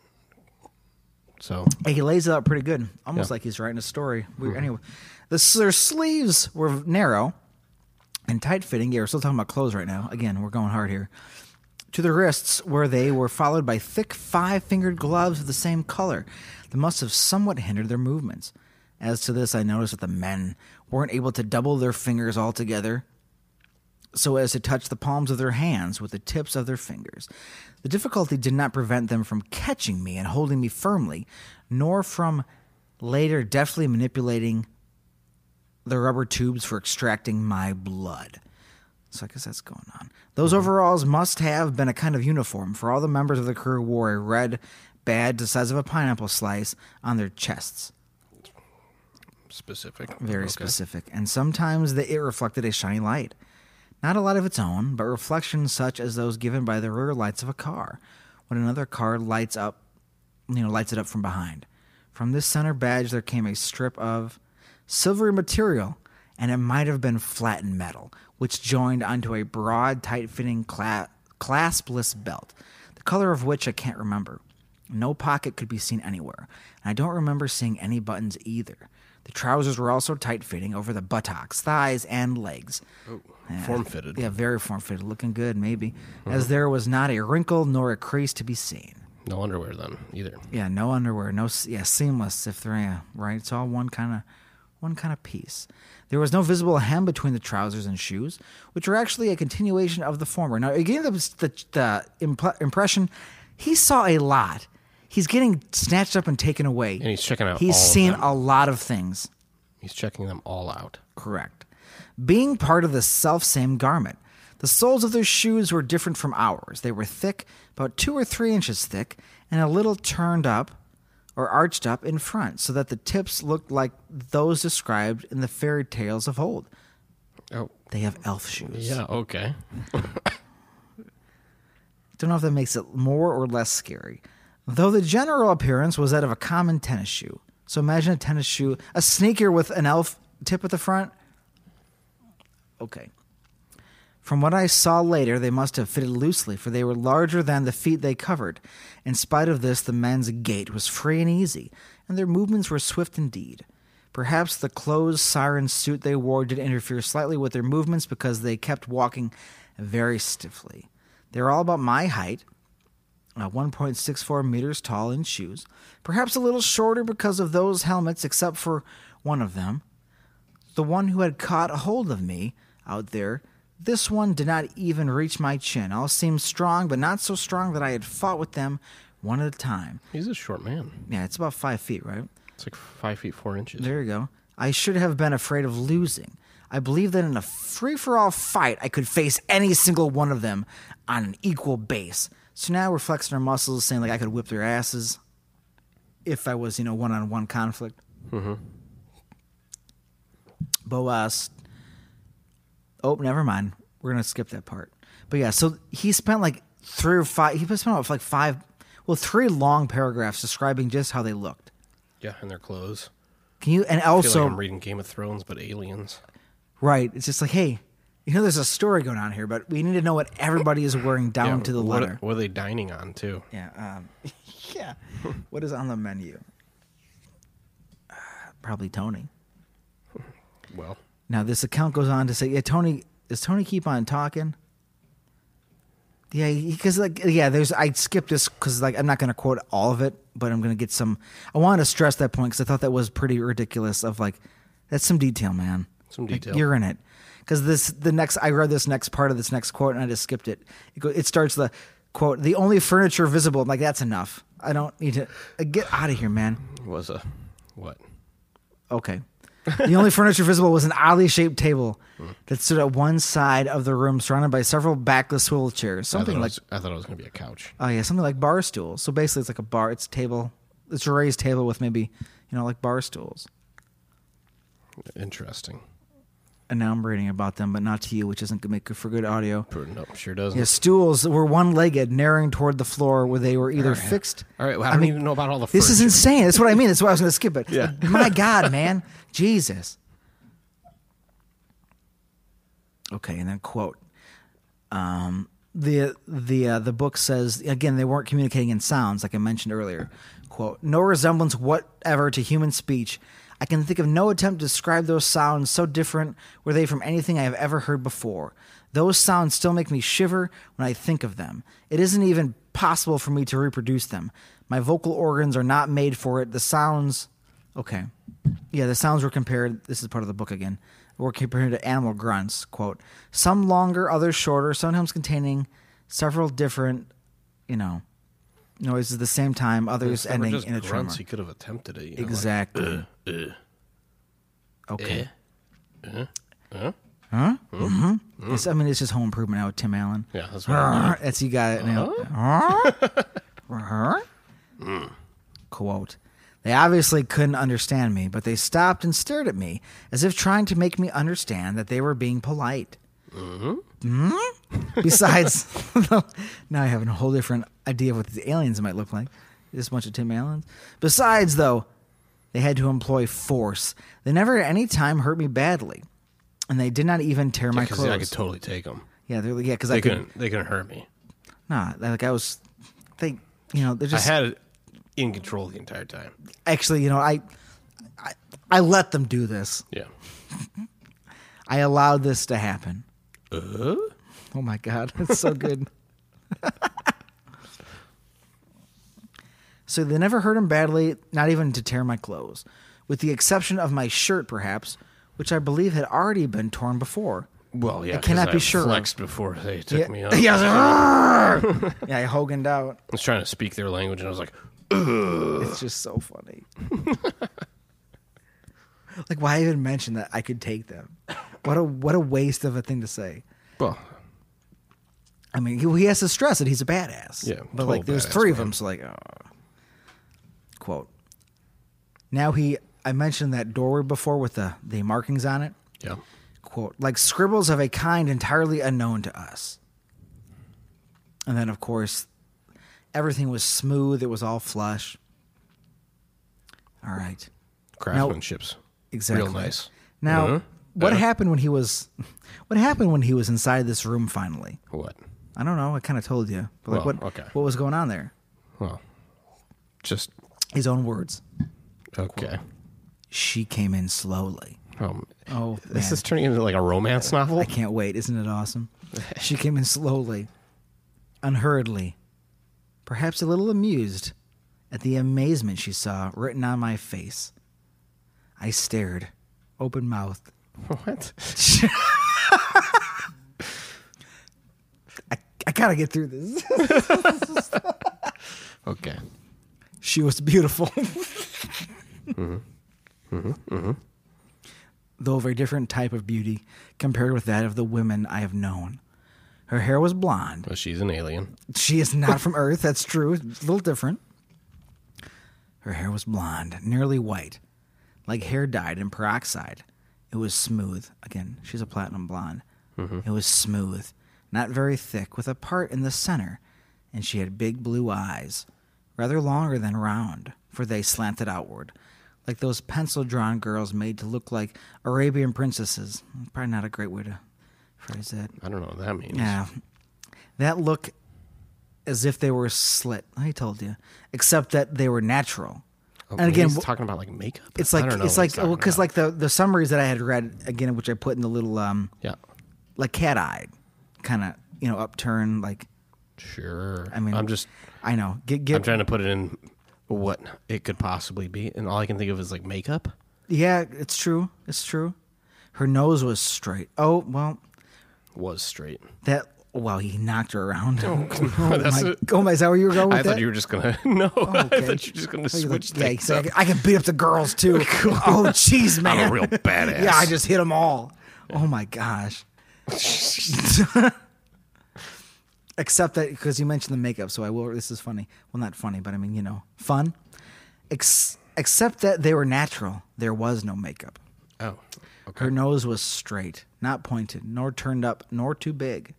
So
And he lays it out pretty good, almost
Yeah.
like he's writing a story. We, Anyway, the, s- their sleeves were narrow and tight fitting. Yeah, we're still talking about clothes right now. Again, we're going hard here. To the wrists, where they were followed by thick five fingered gloves of the same color that must have somewhat hindered their movements. As to this, I noticed that the men weren't able to double their fingers altogether so as to touch the palms of their hands with the tips of their fingers. The difficulty did not prevent them from catching me and holding me firmly, nor from later deftly manipulating the rubber tubes for extracting my blood. So I guess that's going on. Those overalls must have been a kind of uniform, for all the members of the crew wore a red badge the size of a pineapple slice on their chests
specific.
very
Okay.
specific, and sometimes the, it reflected a shiny light. Not a light of its own, but reflections such as those given by the rear lights of a car when another car lights up, you know, lights it up from behind. From this center badge, there came a strip of silvery material, and it might have been flattened metal, which joined onto a broad, tight-fitting cla- claspless belt, the color of which I can't remember. No pocket could be seen anywhere, and I don't remember seeing any buttons either. The trousers were also tight fitting over the buttocks, thighs, and legs. Yeah.
form-fitted.
Yeah, very form fitted. Looking good, maybe. As there was not a wrinkle nor a crease to be seen.
No underwear then either.
Yeah, no underwear, no s- yeah, seamless if there ain't right. It's all one kind of one kind of piece. There was no visible hem between the trousers and shoes, which were actually a continuation of the former. Now, again, the the, the impl- impression he saw a lot. He's getting snatched up and taken away. And
he's checking out
He's
all of
seen
them.
a lot of things.
He's checking them all out.
Correct. Being part of the self same garment. The soles of their shoes were different from ours. They were thick, about two or three inches thick, and a little turned up or arched up in front, so that the tips looked like those described in the fairy tales of old.
Oh
They have elf shoes.
yeah, okay.
Don't know if that makes it more or less scary. Though the general appearance was that of a common tennis shoe. So imagine a tennis shoe, a sneaker with an elf tip at the front. Okay. From what I saw later, they must have fitted loosely, for they were larger than the feet they covered. In spite of this, the men's gait was free and easy, and their movements were swift indeed. Perhaps the closed siren suit they wore did interfere slightly with their movements because they kept walking very stiffly. They were all about my height, uh, 1.64 meters tall in shoes, perhaps a little shorter because of those helmets, except for one of them. The one who had caught hold of me out there, this one did not even reach my chin. All seemed strong, but not so strong that I had fought with them one at a time.
He's a short man.
Yeah, it's about five feet, right?
It's like five feet four inches.
There you go. I should have been afraid of losing. I believe that in a free for all fight, I could face any single one of them on an equal base. So now we're flexing our muscles, saying like I could whip their asses if I was, you know, one on one conflict.
Mm-hmm.
Boas. uh, Oh, never mind. We're gonna skip that part. But yeah, so he spent like three or five. He spent about like five, well, three long paragraphs describing just how they looked.
Yeah, and their clothes.
Can you? And
I feel
also,
like I'm reading Game of Thrones, but aliens.
Right. It's just like, hey, you know, there's a story going on here, but we need to know what everybody is wearing down
Yeah,
to the
what,
letter.
What are they dining on too?
Yeah. Um, yeah. what is on the menu? Uh, Probably Tony.
Well,
Now this account goes on to say, yeah, Tony, does Tony keep on talking? Yeah, because like yeah, there's I skipped this because like I'm not gonna quote all of it, but I'm gonna get some. I wanted to stress that point because I thought that was pretty ridiculous. Of like, that's some detail, man.
Some
Like,
detail.
you're in it because this the next I read this next part of this next quote and I just skipped it. It, go, it starts the quote: "The only furniture visible." I'm like, that's enough. I don't need to uh, get out of here, man.
it was a what?
Okay. The only furniture visible was an oddly shaped table that stood at one side of the room, surrounded by several backless swivel chairs.
I thought,
Something
it
like
was, I thought it was gonna be a couch.
oh yeah, something like bar stools. So basically, it's like a bar. It's a table. It's a raised table with maybe you know like bar stools.
Interesting.
And now I'm reading about them, but not to you, which isn't gonna make for good audio.
No, sure doesn't.
Yeah, stools were one-legged, narrowing toward the floor, where they were either fixed.
All right. Well, I, don't even know about all the.
This is
furniture.
insane. That's what I mean. That's why I was going to skip it.
Yeah.
Like, my God, man. Jesus. Okay, and then quote. Um, the the uh, the book says again they weren't communicating in sounds like I mentioned earlier. Quote: No resemblance whatever to human speech. I can think of no attempt to describe those sounds so different were they from anything I have ever heard before. Those sounds still make me shiver when I think of them. It isn't even possible for me to reproduce them. My vocal organs are not made for it. The sounds Okay. Yeah, the sounds were compared. This is part of the book again. Were compared to animal grunts. Quote: Some longer, others shorter. Sometimes containing several different, you know, noises at the same time. Others
They were
ending
just
in a tremor.
grunts. He could have attempted it. You know, like, uh,
Exactly.
eh.
okay. Huh? Huh? Huh? It's,
mm.
I mean, it's just home improvement out, Tim Allen.
yeah, that's what. I mean.
That's you got it now. Huh? Huh? Quote. They obviously couldn't understand me, but they stopped and stared at me as if trying to make me understand that they were being polite.
Mm-hmm.
Hmm? Besides, now I have a whole different idea of what these aliens might look like. This bunch of Tim Allens. Besides, though, they had to employ force. They never at any time hurt me badly, and they did not even tear my
'Cause
clothes.
I could totally take them.
yeah, they're, yeah, because
They
I could
couldn't. They couldn't hurt me.
Nah, like I was, they, you know, they're
I
just
had it in control the entire time.
actually, you know, I, I, I let them do this.
Yeah.
I allowed this to happen.
Uh?
Oh my god, that's so good. so they never hurt him badly, not even to tear my clothes, with the exception of my shirt, perhaps, which I believe had already been torn before.
Well, yeah. 'cause
cannot be sure.
Flexed before they took
Yeah.
me out.
Yeah, I was like, "Argh!" yeah, I hoganed out.
I was trying to speak their language, and I was like,
It's just so funny. like, why even mention that I could take them? What a what a waste of a thing to say.
"Well,
I mean, he, he has to stress that he's a badass.
Yeah,
but
total
like, there's
badass,
three of them, so like, oh. quote. Now he, I mentioned that doorway before with the the markings on it.
yeah."
Quote like scribbles of a kind entirely unknown to us. And then, of course, everything was smooth. It was all flush. All right.
Craftsmanship's
Exactly.
real nice.
Now,
Mhm.
What happened when he was? What happened when he was inside this room finally?
What?
I don't know. I kind of told you, but like,
Well,
what?
okay.
What was going on there?
Well, just
His own words.
okay.
She came in slowly.
Um,
Oh,
this
man.
is turning into like a romance novel.
I can't wait. Isn't it awesome? She came in slowly, unhurriedly, perhaps a little amused at the amazement she saw written on my face. I stared, open mouthed.
What?
I, I gotta get through this.
Okay.
she was beautiful. Though of a different type of beauty compared with that of the women I have known. Her hair was blonde,
Well, she's an alien.
She is not from Earth. That's true. It's a little different. Her hair was blonde, nearly white, like hair dyed in peroxide. It was smooth. Again, she's a platinum blonde. It was smooth, not very thick, with a part in the center, and she had big blue eyes, rather longer than round, for they slanted outward, like those pencil drawn girls made to look like Arabian princesses. Probably not a great way to phrase that.
I don't know what that means.
Yeah. That look as if they were slit. I told you. Except that they were natural.
Oh,
and again,
he's
w-
talking about like makeup.
it's
I
like
don't know
it's
what
like
he's
well,
talking
cuz
about.
like the the summaries that I had read again which I put in the little um
yeah,
like cat-eyed kind of, you know, upturn like
sure.
I mean
I'm just
I know. Get get
I'm trying to put it in what it could possibly be, and all I can think of is like makeup.
Yeah, it's true. It's true. Her nose was straight. Oh, well,
Was straight.
that well, he knocked her around. Oh,
that's
my,
it.
oh my, is that where you were going with Oh,
I
that?
thought you were just gonna no. I thought you were just gonna
He's like,
switch
yeah,
things
he's like,
up.
I can beat up the girls too. Oh, jeez, man.
I'm a real badass.
Yeah, I just hit them all. Oh my gosh. Except that because you mentioned the makeup, so I will. This is funny. Well, not funny, but I mean, you know, fun. Ex- except that they were natural. There was no makeup.
Oh, okay.
Her nose was straight, not pointed, nor turned up, nor too big.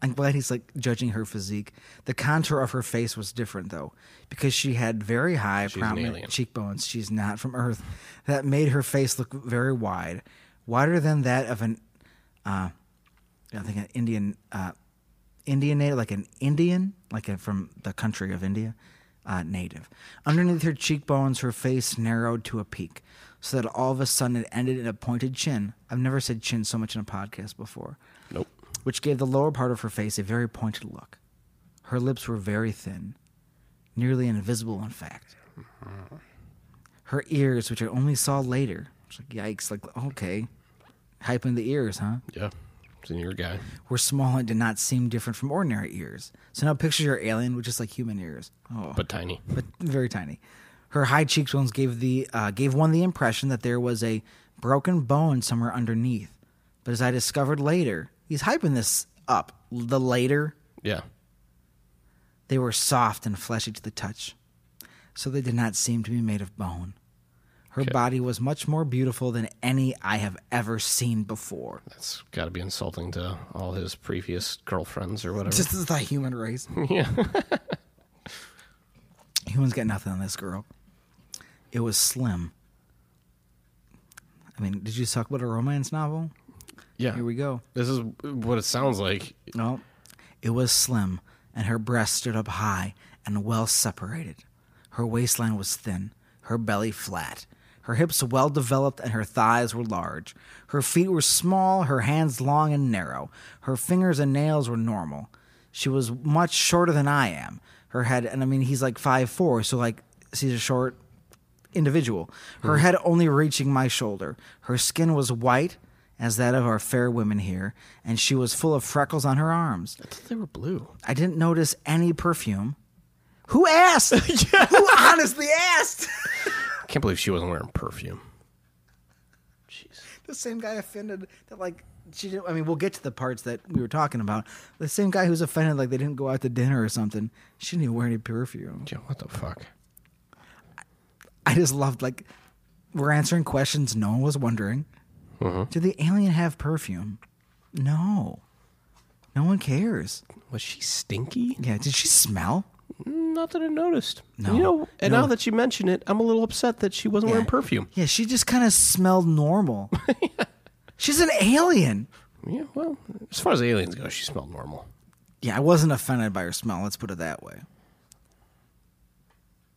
I'm glad he's like judging her physique. The contour of her face was different though, because she had very high,
an
prominent
alien.
cheekbones. She's not from Earth. That made her face look very wide, wider than that of an, uh, I think an Indian, uh, Indian native, like an Indian, like a, from the country of India, uh, native. Underneath her cheekbones, her face narrowed to a peak, so that all of a sudden it ended in a pointed chin. I've never said chin so much in a podcast before
Nope.
which gave the lower part of her face a very pointed look. Her lips were very thin, nearly invisible, in fact. Her ears, which I only saw later, I was like, yikes, like, okay, hyping the ears, huh?
Yeah, it's in your guy.
Were small and did not seem different from ordinary ears. So now picture your alien with just like human ears. Oh,
but tiny.
but very tiny. Her high cheekbones gave the uh, gave one the impression that there was a broken bone somewhere underneath. But as I discovered later, he's hyping this up. The later
Yeah.
they were soft and fleshy to the touch, so they did not seem to be made of bone. Her
Okay.
body was much more beautiful than any I have ever seen before.
That's got to be insulting to all his previous girlfriends or whatever.
This is the human race.
yeah.
Humans got nothing on this girl. It was slim. I mean, did you talk about a romance novel?
Yeah.
Here we go.
This is what it sounds like.
No, it was slim, and her breasts stood up high and well separated. Her waistline was thin, her belly flat, her hips well developed, and her thighs were large. Her feet were small, her hands long and narrow. Her fingers and nails were normal. She was much shorter than I am. Her head, and I mean, he's like five four, so like, she's a short individual, her head only reaching my shoulder. Her skin was white as that of our fair women here, and she was full of freckles on her arms.
I thought they were blue.
I didn't notice any perfume. Who asked? Who honestly asked?
I can't believe she wasn't wearing perfume. Jeez.
the same guy offended that like she didn't I mean we'll get to the parts that we were talking about. The same guy who's offended like they didn't go out to dinner or something. She didn't even wear any perfume.
Yeah, what the fuck?
I just loved like we're answering questions no one was wondering. Did the alien have perfume? No. No one cares.
Was she stinky?
Yeah, did she smell?
Not that I noticed.
No.
You know, and
No.
now that you mention it, I'm a little upset that she wasn't
Yeah.
wearing perfume.
Yeah, she just kind of smelled normal. She's an alien.
Yeah, well, as far as aliens go, she smelled normal.
Yeah, I wasn't offended by her smell. Let's put it that way.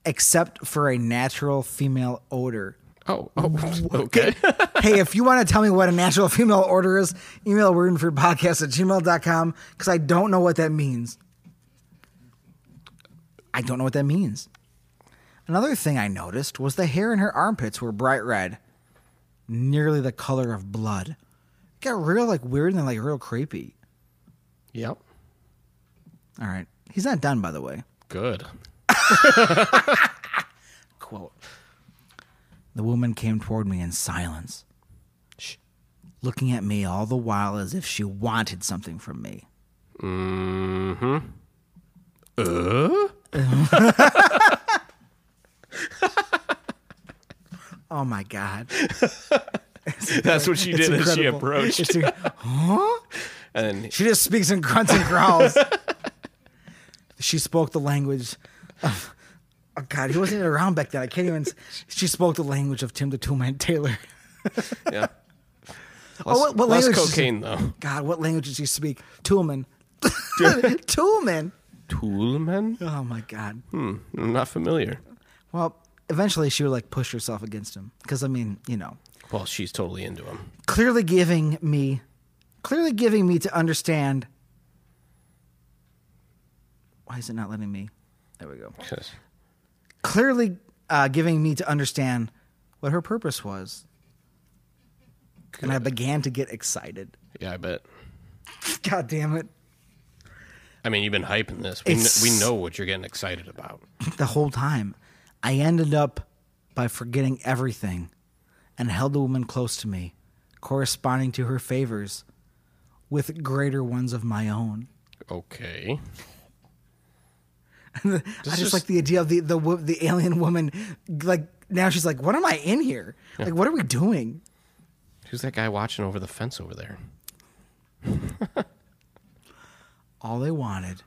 Except for a natural female odor.
Oh, oh okay.
hey, if you want to tell me what a natural female odor is, email podcast at gmail.com because I don't know what that means. I don't know what that means. Another thing I noticed was the hair in her armpits were bright red, nearly the color of blood. It got real like weird and then like real creepy.
yep.
All right. He's not done, by the way.
Good.
Quote The woman came toward me in silence,
Shh.
looking at me all the while as if she wanted something from me.
Mm-hmm. Uh?
Oh my God.
That's what she
It's
did as she
incredible.
approached.
It's inc- huh?
And
She just speaks in grunts and growls. she spoke the language of. Oh God, he wasn't even around back then. I can't even. She spoke the language of Tim the Two Man Taylor.
yeah. Less,
Oh, what- what
less
language is-
cocaine though.
God, what language did she speak? Toolman. Toolman.
Toolman?
Oh my God.
Hmm, I'm not familiar.
Well, eventually she would like push herself against him because I mean, you know,
Well, she's totally into him.
clearly giving me, clearly giving me to understand. Why is it not letting me? There we go.
'Cause-
Clearly uh, giving me to understand what her purpose was, and I began to get excited.
yeah, I bet.
God damn it!
I mean, you've been hyping this. We, kn-
It's-
we know what you're getting excited about.
the whole time. I ended up by forgetting everything and held the woman close to me, corresponding to her favors with greater ones of my own.
Okay.
I just
is-
like the idea of the, the wo- the alien woman. Like now she's like, what am I in here? Like what are we doing?
Who's that guy watching over the fence over there?
All they wanted,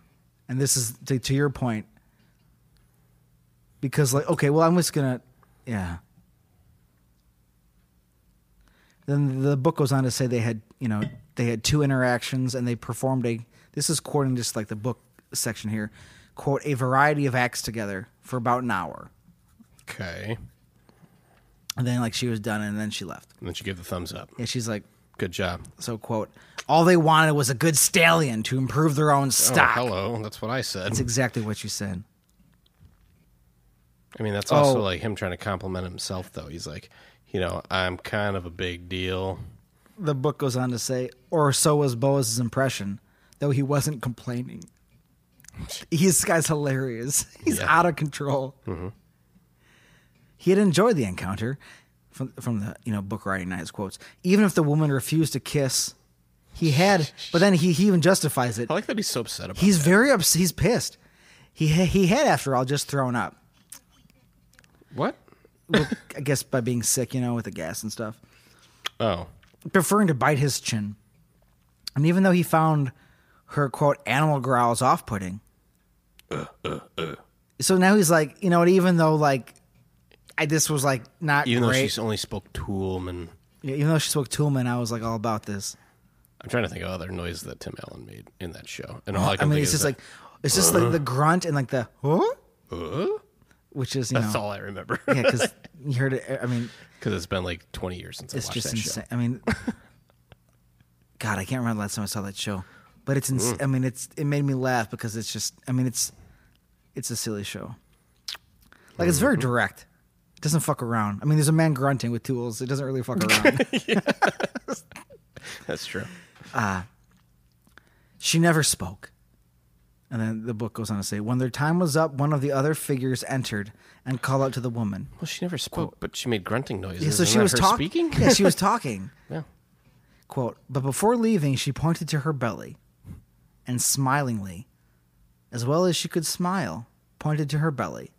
and this is to, to your point, because like okay, well I'm just gonna yeah. Then the book goes on to say they had, you know, they had two interactions and they performed a. This is quoting just like the book section here, quote a variety of acts together for about an hour,
Okay.
and then like she was done and then she left.
And then she gave the thumbs up.
Yeah, she's like,
Good job.
so quote, all they wanted was a good stallion to improve their own stock.
Oh, hello. That's what I said.
That's exactly what you said.
I mean, that's also
Oh.
like him trying to compliment himself, though. He's like, you know, I'm kind of a big deal.
The book goes on to say, or so was Boas's impression, though he wasn't complaining. He's guy's hilarious. He's
Yeah.
out of control. He had enjoyed the encounter from, from the you know book writing night. His quotes, even if the woman refused to kiss, he had. But then he, he even justifies it.
I like that he's so upset about.
He's very ups. He's pissed. He he had after all just thrown up.
what?
Well, I guess by being sick, you know, with the gas and stuff,
Oh,
preferring to bite his chin. And even though he found her quote animal growls off-putting, so now he's like, you know, what? even though like I this was like not
even though
great,
she's only spoke Toolman.
Yeah, even though she spoke Toolman, I was like all about this.
I'm trying to think of other noises that Tim Allen made in that show, and all I
I,
can
mean,
think
it's
is
just like it's just like the grunt and like the huh,
like, "Huh?"
which is you
that's
know
all I remember
yeah, because you heard it. I mean,
because it's been like 20 years since I
It's
watched
just insane.
that
I mean, God, I can't remember the last time I saw that show, but it's. Ins-
Mm.
I mean, it's. It made me laugh because it's just. I mean, it's. It's a silly show. Like it's
Mm-hmm.
very direct. It doesn't fuck around. I mean, there's a man grunting with tools. It doesn't really fuck around.
show. That's true.
she never spoke. And then the book goes on to say, when their time was up, one of the other figures entered and called out to the woman.
Well, she never spoke, but she made grunting noises.
Yeah, so
Isn't
she
that
was
her
talk-
speaking.
Yeah, she was talking.
yeah.
Quote, but before leaving, she pointed to her belly and smilingly, as well as she could smile, pointed to her belly.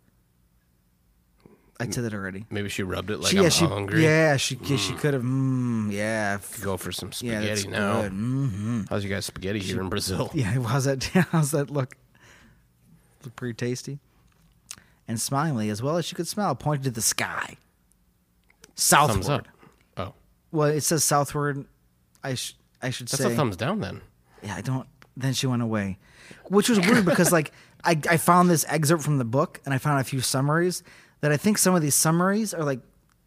I said that already.
Maybe she rubbed it like
she,
I'm
yeah, she,
hungry.
yeah, she, yeah, she could have. Mm, yeah, f-
Go for some
yeah, that's
spaghetti now.
good. Mm-hmm.
How's you guys spaghetti here in Brazil?
Yeah, how's that? How's that look? Look pretty tasty. And smilingly, as well as she could smile, pointed to the sky. Southward.
Thumbs up. Oh,
Well, it says southward I sh- I should
That's
say
a thumbs down then.
yeah, I don't. Then she went away, which was weird because like I, I found this excerpt from the book and I found a few summaries that I think some of these summaries are like,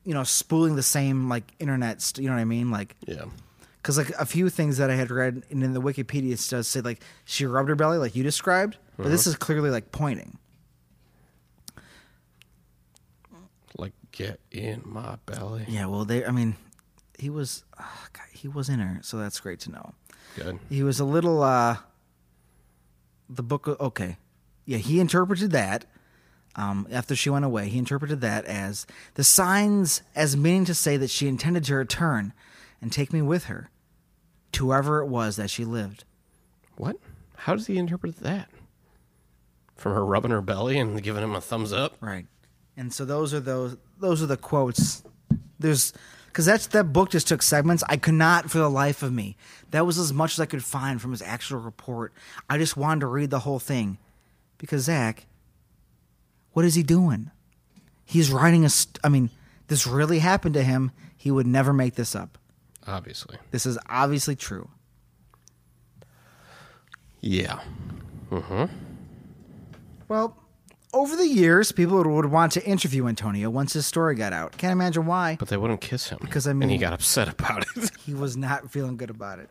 you know, spooling the same like internet. St- you know what I mean? Like,
Yeah.
because like a few things that I had read and in the Wikipedia it does say like she rubbed her belly like you described, but this is clearly like pointing.
Like get in my belly.
Yeah, well, they. I mean, he was, ah, God, he was in her, so that's great to know.
Good.
He was a little uh the book okay. Yeah, he interpreted that um after she went away, he interpreted that as the signs as meaning to say that she intended to return and take me with her to wherever it was that she lived.
What? How does he interpret that? From her rubbing her belly and giving him a thumbs up?
Right. And so those are those those are the quotes. There's because that's that book just took segments. I could not for the life of me. That was as much as I could find from his actual report. I just wanted to read the whole thing because Zach, what is he doing? He's writing a. St- I mean, this really happened to him. He would never make this up.
Obviously.
This is obviously true.
Yeah.
Well, over the years, people would- would want to interview Antonio once his story got out. Can't imagine why.
But they wouldn't kiss him.
Because, I
And he
mean-
got upset about it.
He was not feeling good about it.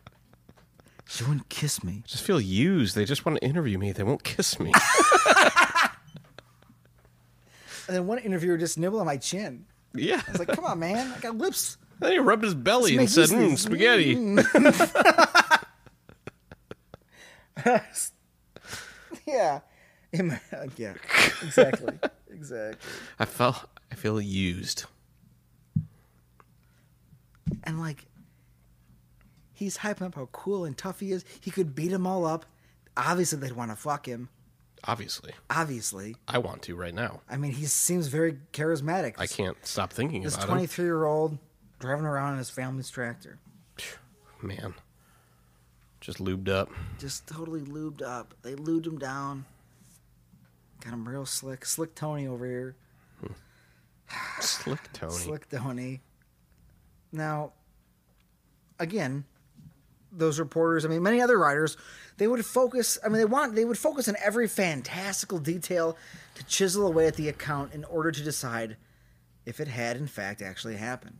She wouldn't kiss me.
just feel used. They just want to interview me. They won't kiss me.
And then one interviewer just nibbled on my chin.
yeah.
I was like, come on, man. I got lips.
then he rubbed his belly and
Let's
said,
make
mm,
this-
spaghetti.
Yeah. In my- like, yeah. Exactly. exactly.
I felt I feel used.
And like, he's hyping up how cool and tough he is. He could beat them all up. Obviously, they'd want to fuck him.
Obviously.
Obviously.
I want to right now.
I mean, he seems very charismatic.
I can't stop thinking
This
about
23 year old driving around in his family's tractor,
him. Man. Just lubed up.
just totally lubed up. They lubed him down. Got him real slick. Slick Tony over here.
Slick Tony.
Slick Tony. Now, again, those reporters, I mean, many other writers, they would focus, I mean, they want, they would focus on every fantastical detail to chisel away at the account in order to decide if it had, in fact, actually happened.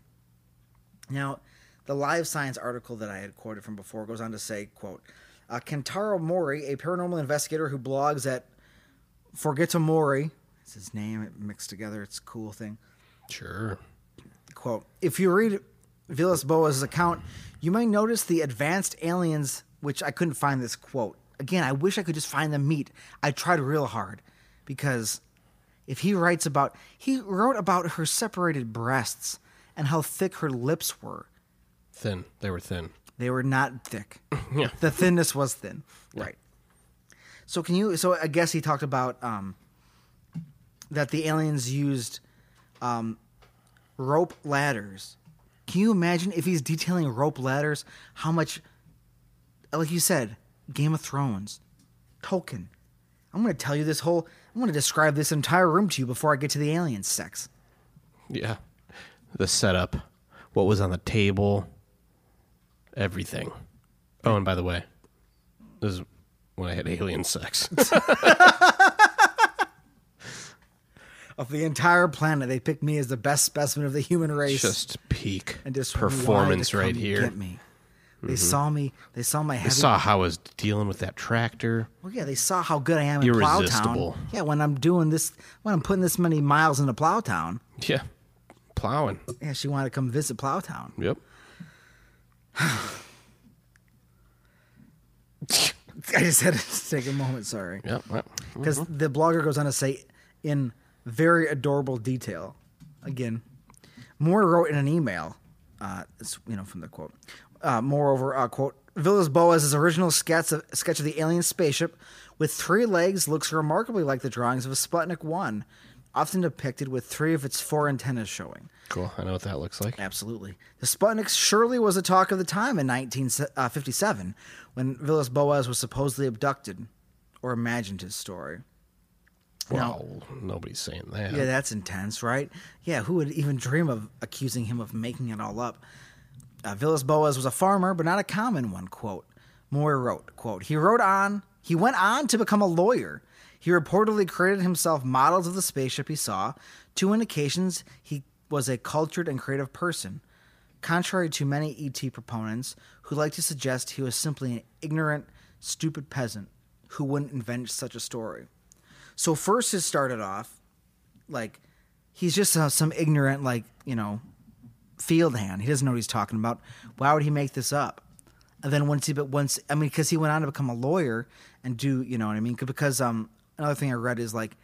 Now, the Live Science article that I had quoted from before goes on to say, quote, uh, Kentaro Mori, a paranormal investigator who blogs at Forgetamori, it's his name, it mixed together, it's a cool thing
Sure. Thin. They were thin.
they were not thick
Yeah.
the thinness was thin right so can you so i guess he talked about um that the aliens used um rope ladders can you imagine if he's detailing rope ladders how much like you said game of thrones tolkien i'm going to tell you this whole i'm going to describe this entire room to you before i get to the alien sex
Yeah. The setup. What was on the table. Everything. Oh, and by the way, this is when I had alien sex.
of the entire planet they picked me as the best specimen of the human race
just peak
and just wanted to
performance
come
right here. Mm-hmm.
Get me. They saw me. They saw my heavy.
Saw how I was dealing with that tractor.
well, yeah, they saw how good I am in
Irresistible.
Plowtown. Yeah, when I'm doing this, when I'm putting this many miles into Plowtown.
Yeah. Plowing.
Yeah, she wanted to come visit Plowtown.
Yep.
I just had to take a moment. Sorry,
Yep. well,
because the blogger goes on to say in very adorable detail. Again, Moore wrote in an email. Uh, it's you know from the quote. Uh, moreover, uh, quote Villas Boas' original sketch of, sketch of the alien spaceship with three legs looks remarkably like the drawings of a Sputnik One, often depicted with three of its four antennas showing.
Cool. I know what that looks like.
Absolutely. The Sputnik surely was the talk of the time in 1957 when Villas Boas was supposedly abducted or imagined his story.
Well, nobody's saying that.
Yeah, that's intense, right? Yeah, who would even dream of accusing him of making it all up? Uh, Villas Boas was a farmer, but not a common one, quote. Moore wrote, quote, he wrote on, he went on to become a lawyer. He reportedly created himself models of the spaceship he saw, two indications he was a cultured and creative person. Contrary to many ET proponents who like to suggest he was simply an ignorant, stupid peasant who wouldn't invent such a story. So first it started off like he's just uh, some ignorant like, you know, field hand. He doesn't know what he's talking about. Why would he make this up? And then once he, but once I mean, because he went on to become a lawyer and do, you know what I mean? Because um, another thing I read is like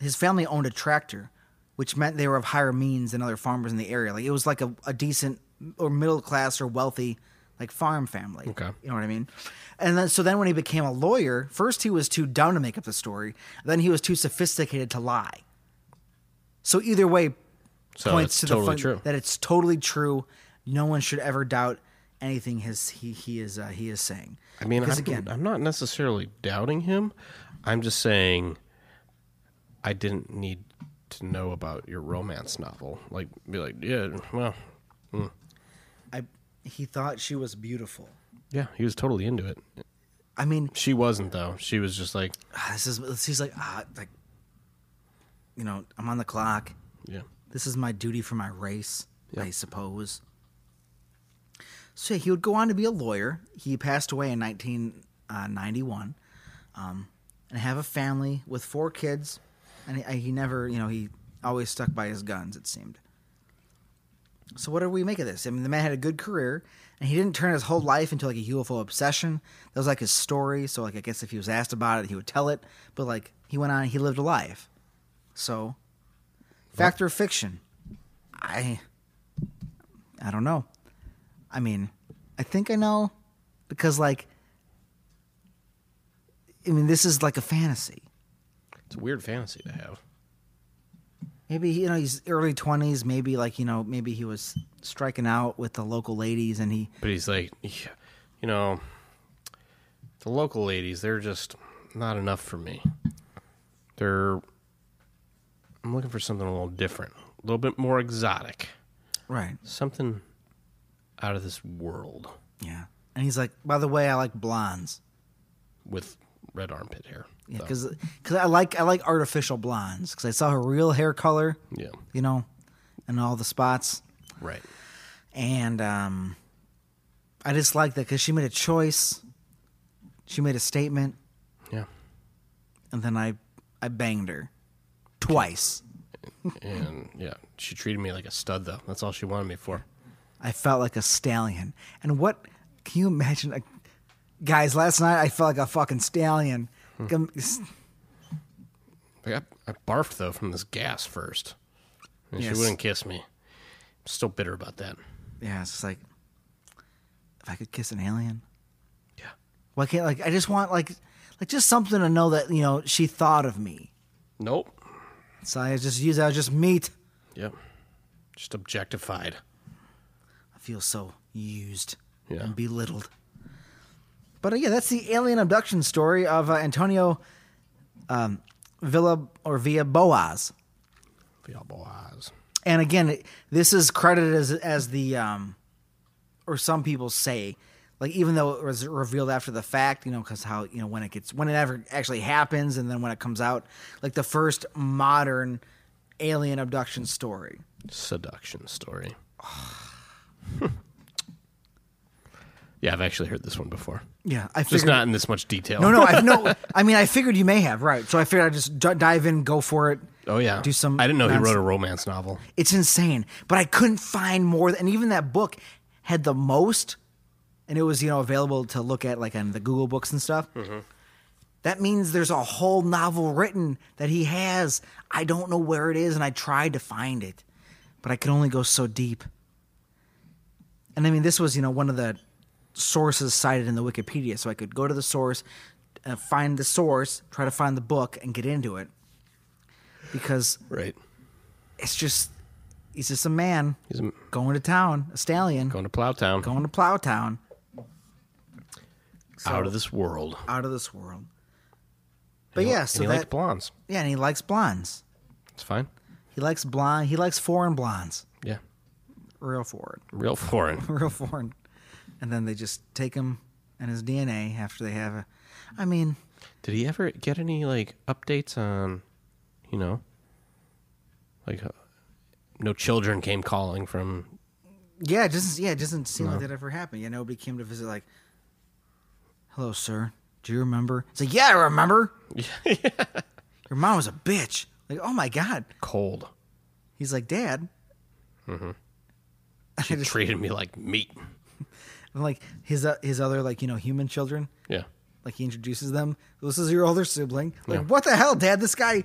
his family owned a tractor, which meant they were of higher means than other farmers in the area. Like it was like a, a decent or middle class or wealthy like farm family.
Okay.
You know what I mean? And then so then when he became a lawyer, first he was too dumb to make up the story. Then he was too sophisticated to lie. So either way,
So
points
it's
to
totally
the
true.
that it's totally true. No one should ever doubt anything his he he is uh, he is saying.
I mean,
because
I'm,
again,
I'm not necessarily doubting him. I'm just saying I didn't need to know about your romance novel. Like, be like, yeah, well,
I he thought she was beautiful.
yeah, he was totally into it.
I mean,
She wasn't, though. She was just like,
ah, this is he's like ah like you know I'm on the clock.
yeah.
This is my duty for my race, I suppose. So yeah, he would go on to be a lawyer. He passed away in 1991, um, and have a family with four kids. And he, he never, you know, he always stuck by his guns. It seemed. So what do we make of this? I mean, the man had a good career, and he didn't turn his whole life into like a UFO obsession. That was like his story. So like, I guess if he was asked about it, he would tell it. But like, he went on. He lived a life. So, fact or fiction? I, I don't know. I mean, I think I know because like, I mean, this is like a fantasy.
It's a weird fantasy to have.
Maybe you know he's early twenties. Maybe like you know maybe he was striking out with the local ladies, and he
But he's like, yeah, you know, the local ladies, they're just not enough for me. They're, I'm looking for something a little different, a little bit more exotic,
right.
something out of this world
Yeah. And he's like, by the way, I like blondes
with red armpit hair. though.
because I like I like artificial blondes because I saw her real hair color,
yeah,
you know, and all the spots,
right.
and um, I just like that because she made a choice, she made a statement,
Yeah.
and then I I banged her twice.
And yeah, she treated me like a stud, though. That's all she wanted me for.
I felt like a stallion. And what can you imagine? A, guys, last night I felt like a fucking stallion. Come-
Like, I, I barfed, though, from this gas first. And
Yes.
she wouldn't kiss me. I'm still bitter about that.
Yeah, it's just like if I could kiss an alien.
Yeah.
Why can't like I just want like like just something to know that you know she thought of me.
Nope.
So I just use that as just meat.
Yep. Just objectified.
I feel so used
Yeah.
and belittled. But uh, yeah, that's the alien abduction story of uh, Antonio um, Villa or Villa Boas.
Diablo eyes.
And again, it- this is credited as as the um, or some people say, like even though it was revealed after the fact, you know, because how you know when it gets when it ever actually happens, and then when it comes out, like the first modern alien abduction story.
Seduction story. yeah, I've actually heard this one before.
Yeah, I figured.
Just not in this much detail.
no, no, I no. I mean, I figured you may have right, so I figured I'd just d- dive in, go for it.
Oh yeah.
do some.
I didn't know
nonsense.
he wrote a romance novel.
It's insane, but I couldn't find more. And even that book had the most, and it was you know available to look at like on the Google books and stuff. That means there's a whole novel written that he has. I don't know where it is, and I tried to find it, but I could only go so deep. And I mean, this was you know one of the sources cited in the Wikipedia, so I could go to the source, uh, find the source, try to find the book, and get into it. Because
Right.
it's just he's just a man
He's a-
going to town, a stallion going,
going to Plowtown.
to plow town,
out of this world.
out of this world. But
And he-
yeah,
and
so
he likes
that
blondes.
yeah, and he likes blondes.
It's fine.
He likes blonde. He likes foreign blondes.
Yeah.
real foreign,
Real foreign.
real foreign, and then they just take him and his DNA after they have a. I mean,
Did he ever get any like updates on, you know, like uh, no children came calling from?
yeah, it doesn't. Yeah, it doesn't seem like that ever happened. Yeah, nobody came to visit. Like, hello, sir. Do you remember? It's like, yeah, I remember. Your mom was a bitch. Like, oh my god.
Cold.
He's like, Dad.
She treated me like meat.
And like his uh, his other like you know human children.
Yeah.
Like he introduces them. This is your older sibling. Like, what the hell, Dad? This guy.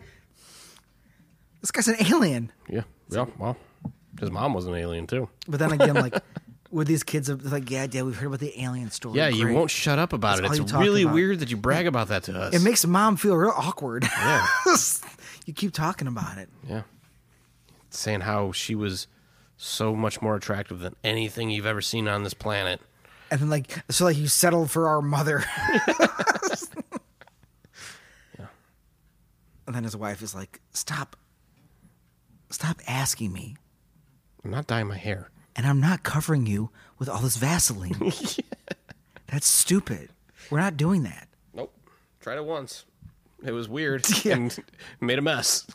This guy's an alien.
Yeah. Yeah. Well, his mom was an alien too.
But then again, like with these kids, of like, yeah, Dad, we've heard about the alien story.
Yeah, you
Great.
won't shut up about
That's all
it.
you
It's
talk
really
about.
weird that you brag about that to us.
It makes mom feel real awkward.
Yeah.
you keep talking about it.
yeah. Saying how she was so much more attractive than anything you've ever seen on this planet.
And then like so like you settle for our mother. And then his wife is like, Stop stop asking me.
I'm not dyeing my hair.
And I'm not covering you with all this Vaseline. That's stupid. We're not doing that.
Nope. Tried it once. It was weird
Yeah.
and made a mess.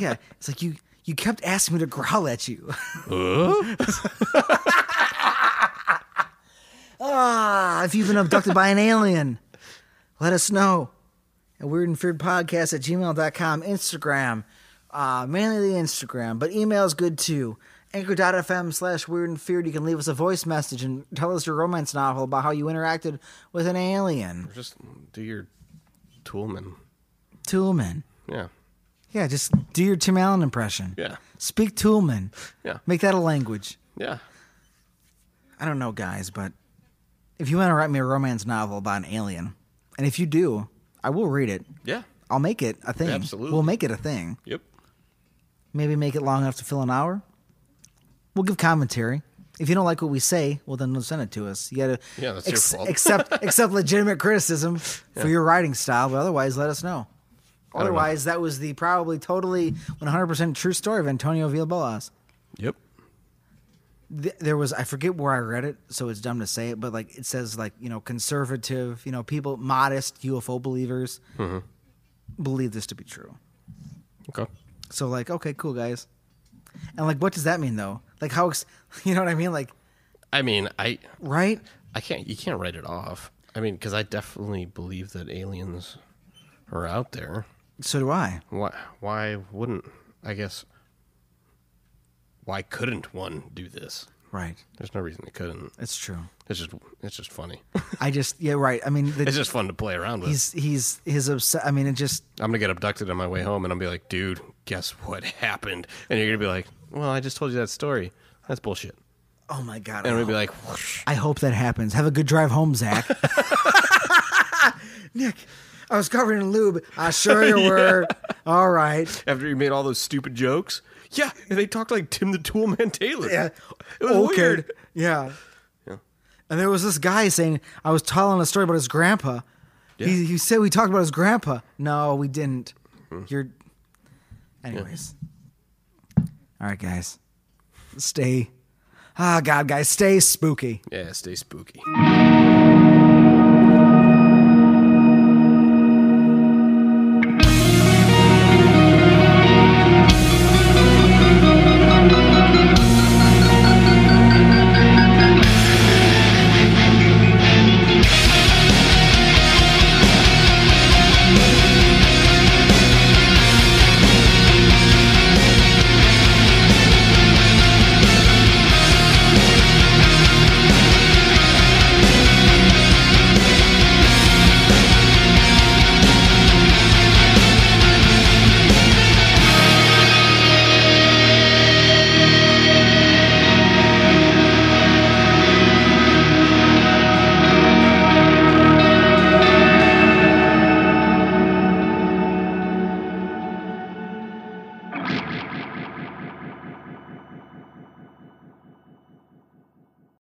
Yeah. It's like you you kept asking me to growl at you. ah, if you've been abducted by an alien, let us know. At Weird and Feared Podcast at gmail.com, Instagram, uh, mainly the Instagram, but email is good too. Anchor.fm slash Weird and Feared. You can leave us a voice message and tell us your romance novel about how you interacted with an alien.
Just do your Toolman.
Toolman.
Yeah.
Yeah, just do your Tim Allen impression.
Yeah.
Speak Toolman.
Yeah.
Make that a language.
Yeah.
I don't know, guys, but if you want to write me a romance novel about an alien, and if you do, I will read it.
Yeah.
I'll make it a thing.
Absolutely.
We'll make it a thing.
Yep.
Maybe make it long enough to fill an hour. We'll give commentary. If you don't like what we say, well, then send it to us. You gotta
Yeah, that's your fault.
accept, accept legitimate criticism for your writing style, but otherwise, let us know.
don't know.
Otherwise, that was the probably totally 100% true story of Antonio Villalobos.
Yep.
th- there was I forget where I read it, so it's dumb to say it, but like it says like you know conservative, you know people modest UFO believers
Mm-hmm.
believe this to be true.
Okay.
So like okay, cool guys, and like what does that mean though? Like how ex- you know what I mean? Like
I mean, I
right?
I can't you can't write it off. I mean, cuz I definitely believe that aliens are out there.
So do I.
Why why wouldn't I guess why couldn't one do this?
Right,
There's no reason they couldn't.
it's true.
It's just it's just funny.
I just yeah right. I mean
it's
the,
just fun to play around with.
he's he's his obsess. I mean it just
I'm gonna get abducted on my way home, and I'll be like, "Dude, guess what happened?" And you're gonna be like, "Well, I just told you that story. That's bullshit."
oh my god.
And
I
we'll
hope-
be like, "Whoosh."
I hope that happens. Have a good drive home, Zach. Nick, I was covered in lube. I sure you were. All right.
after you made all those stupid jokes, yeah, and they talked like Tim the Toolman Taylor.
Yeah.
it was
Okay.
weird.
Yeah.
Yeah.
And there was this guy saying I was telling a story about his grandpa. He, he said we talked about his grandpa. No, we didn't. You're. Anyways. All right, guys. Stay. Ah, God, guys, stay spooky.
Yeah, stay spooky.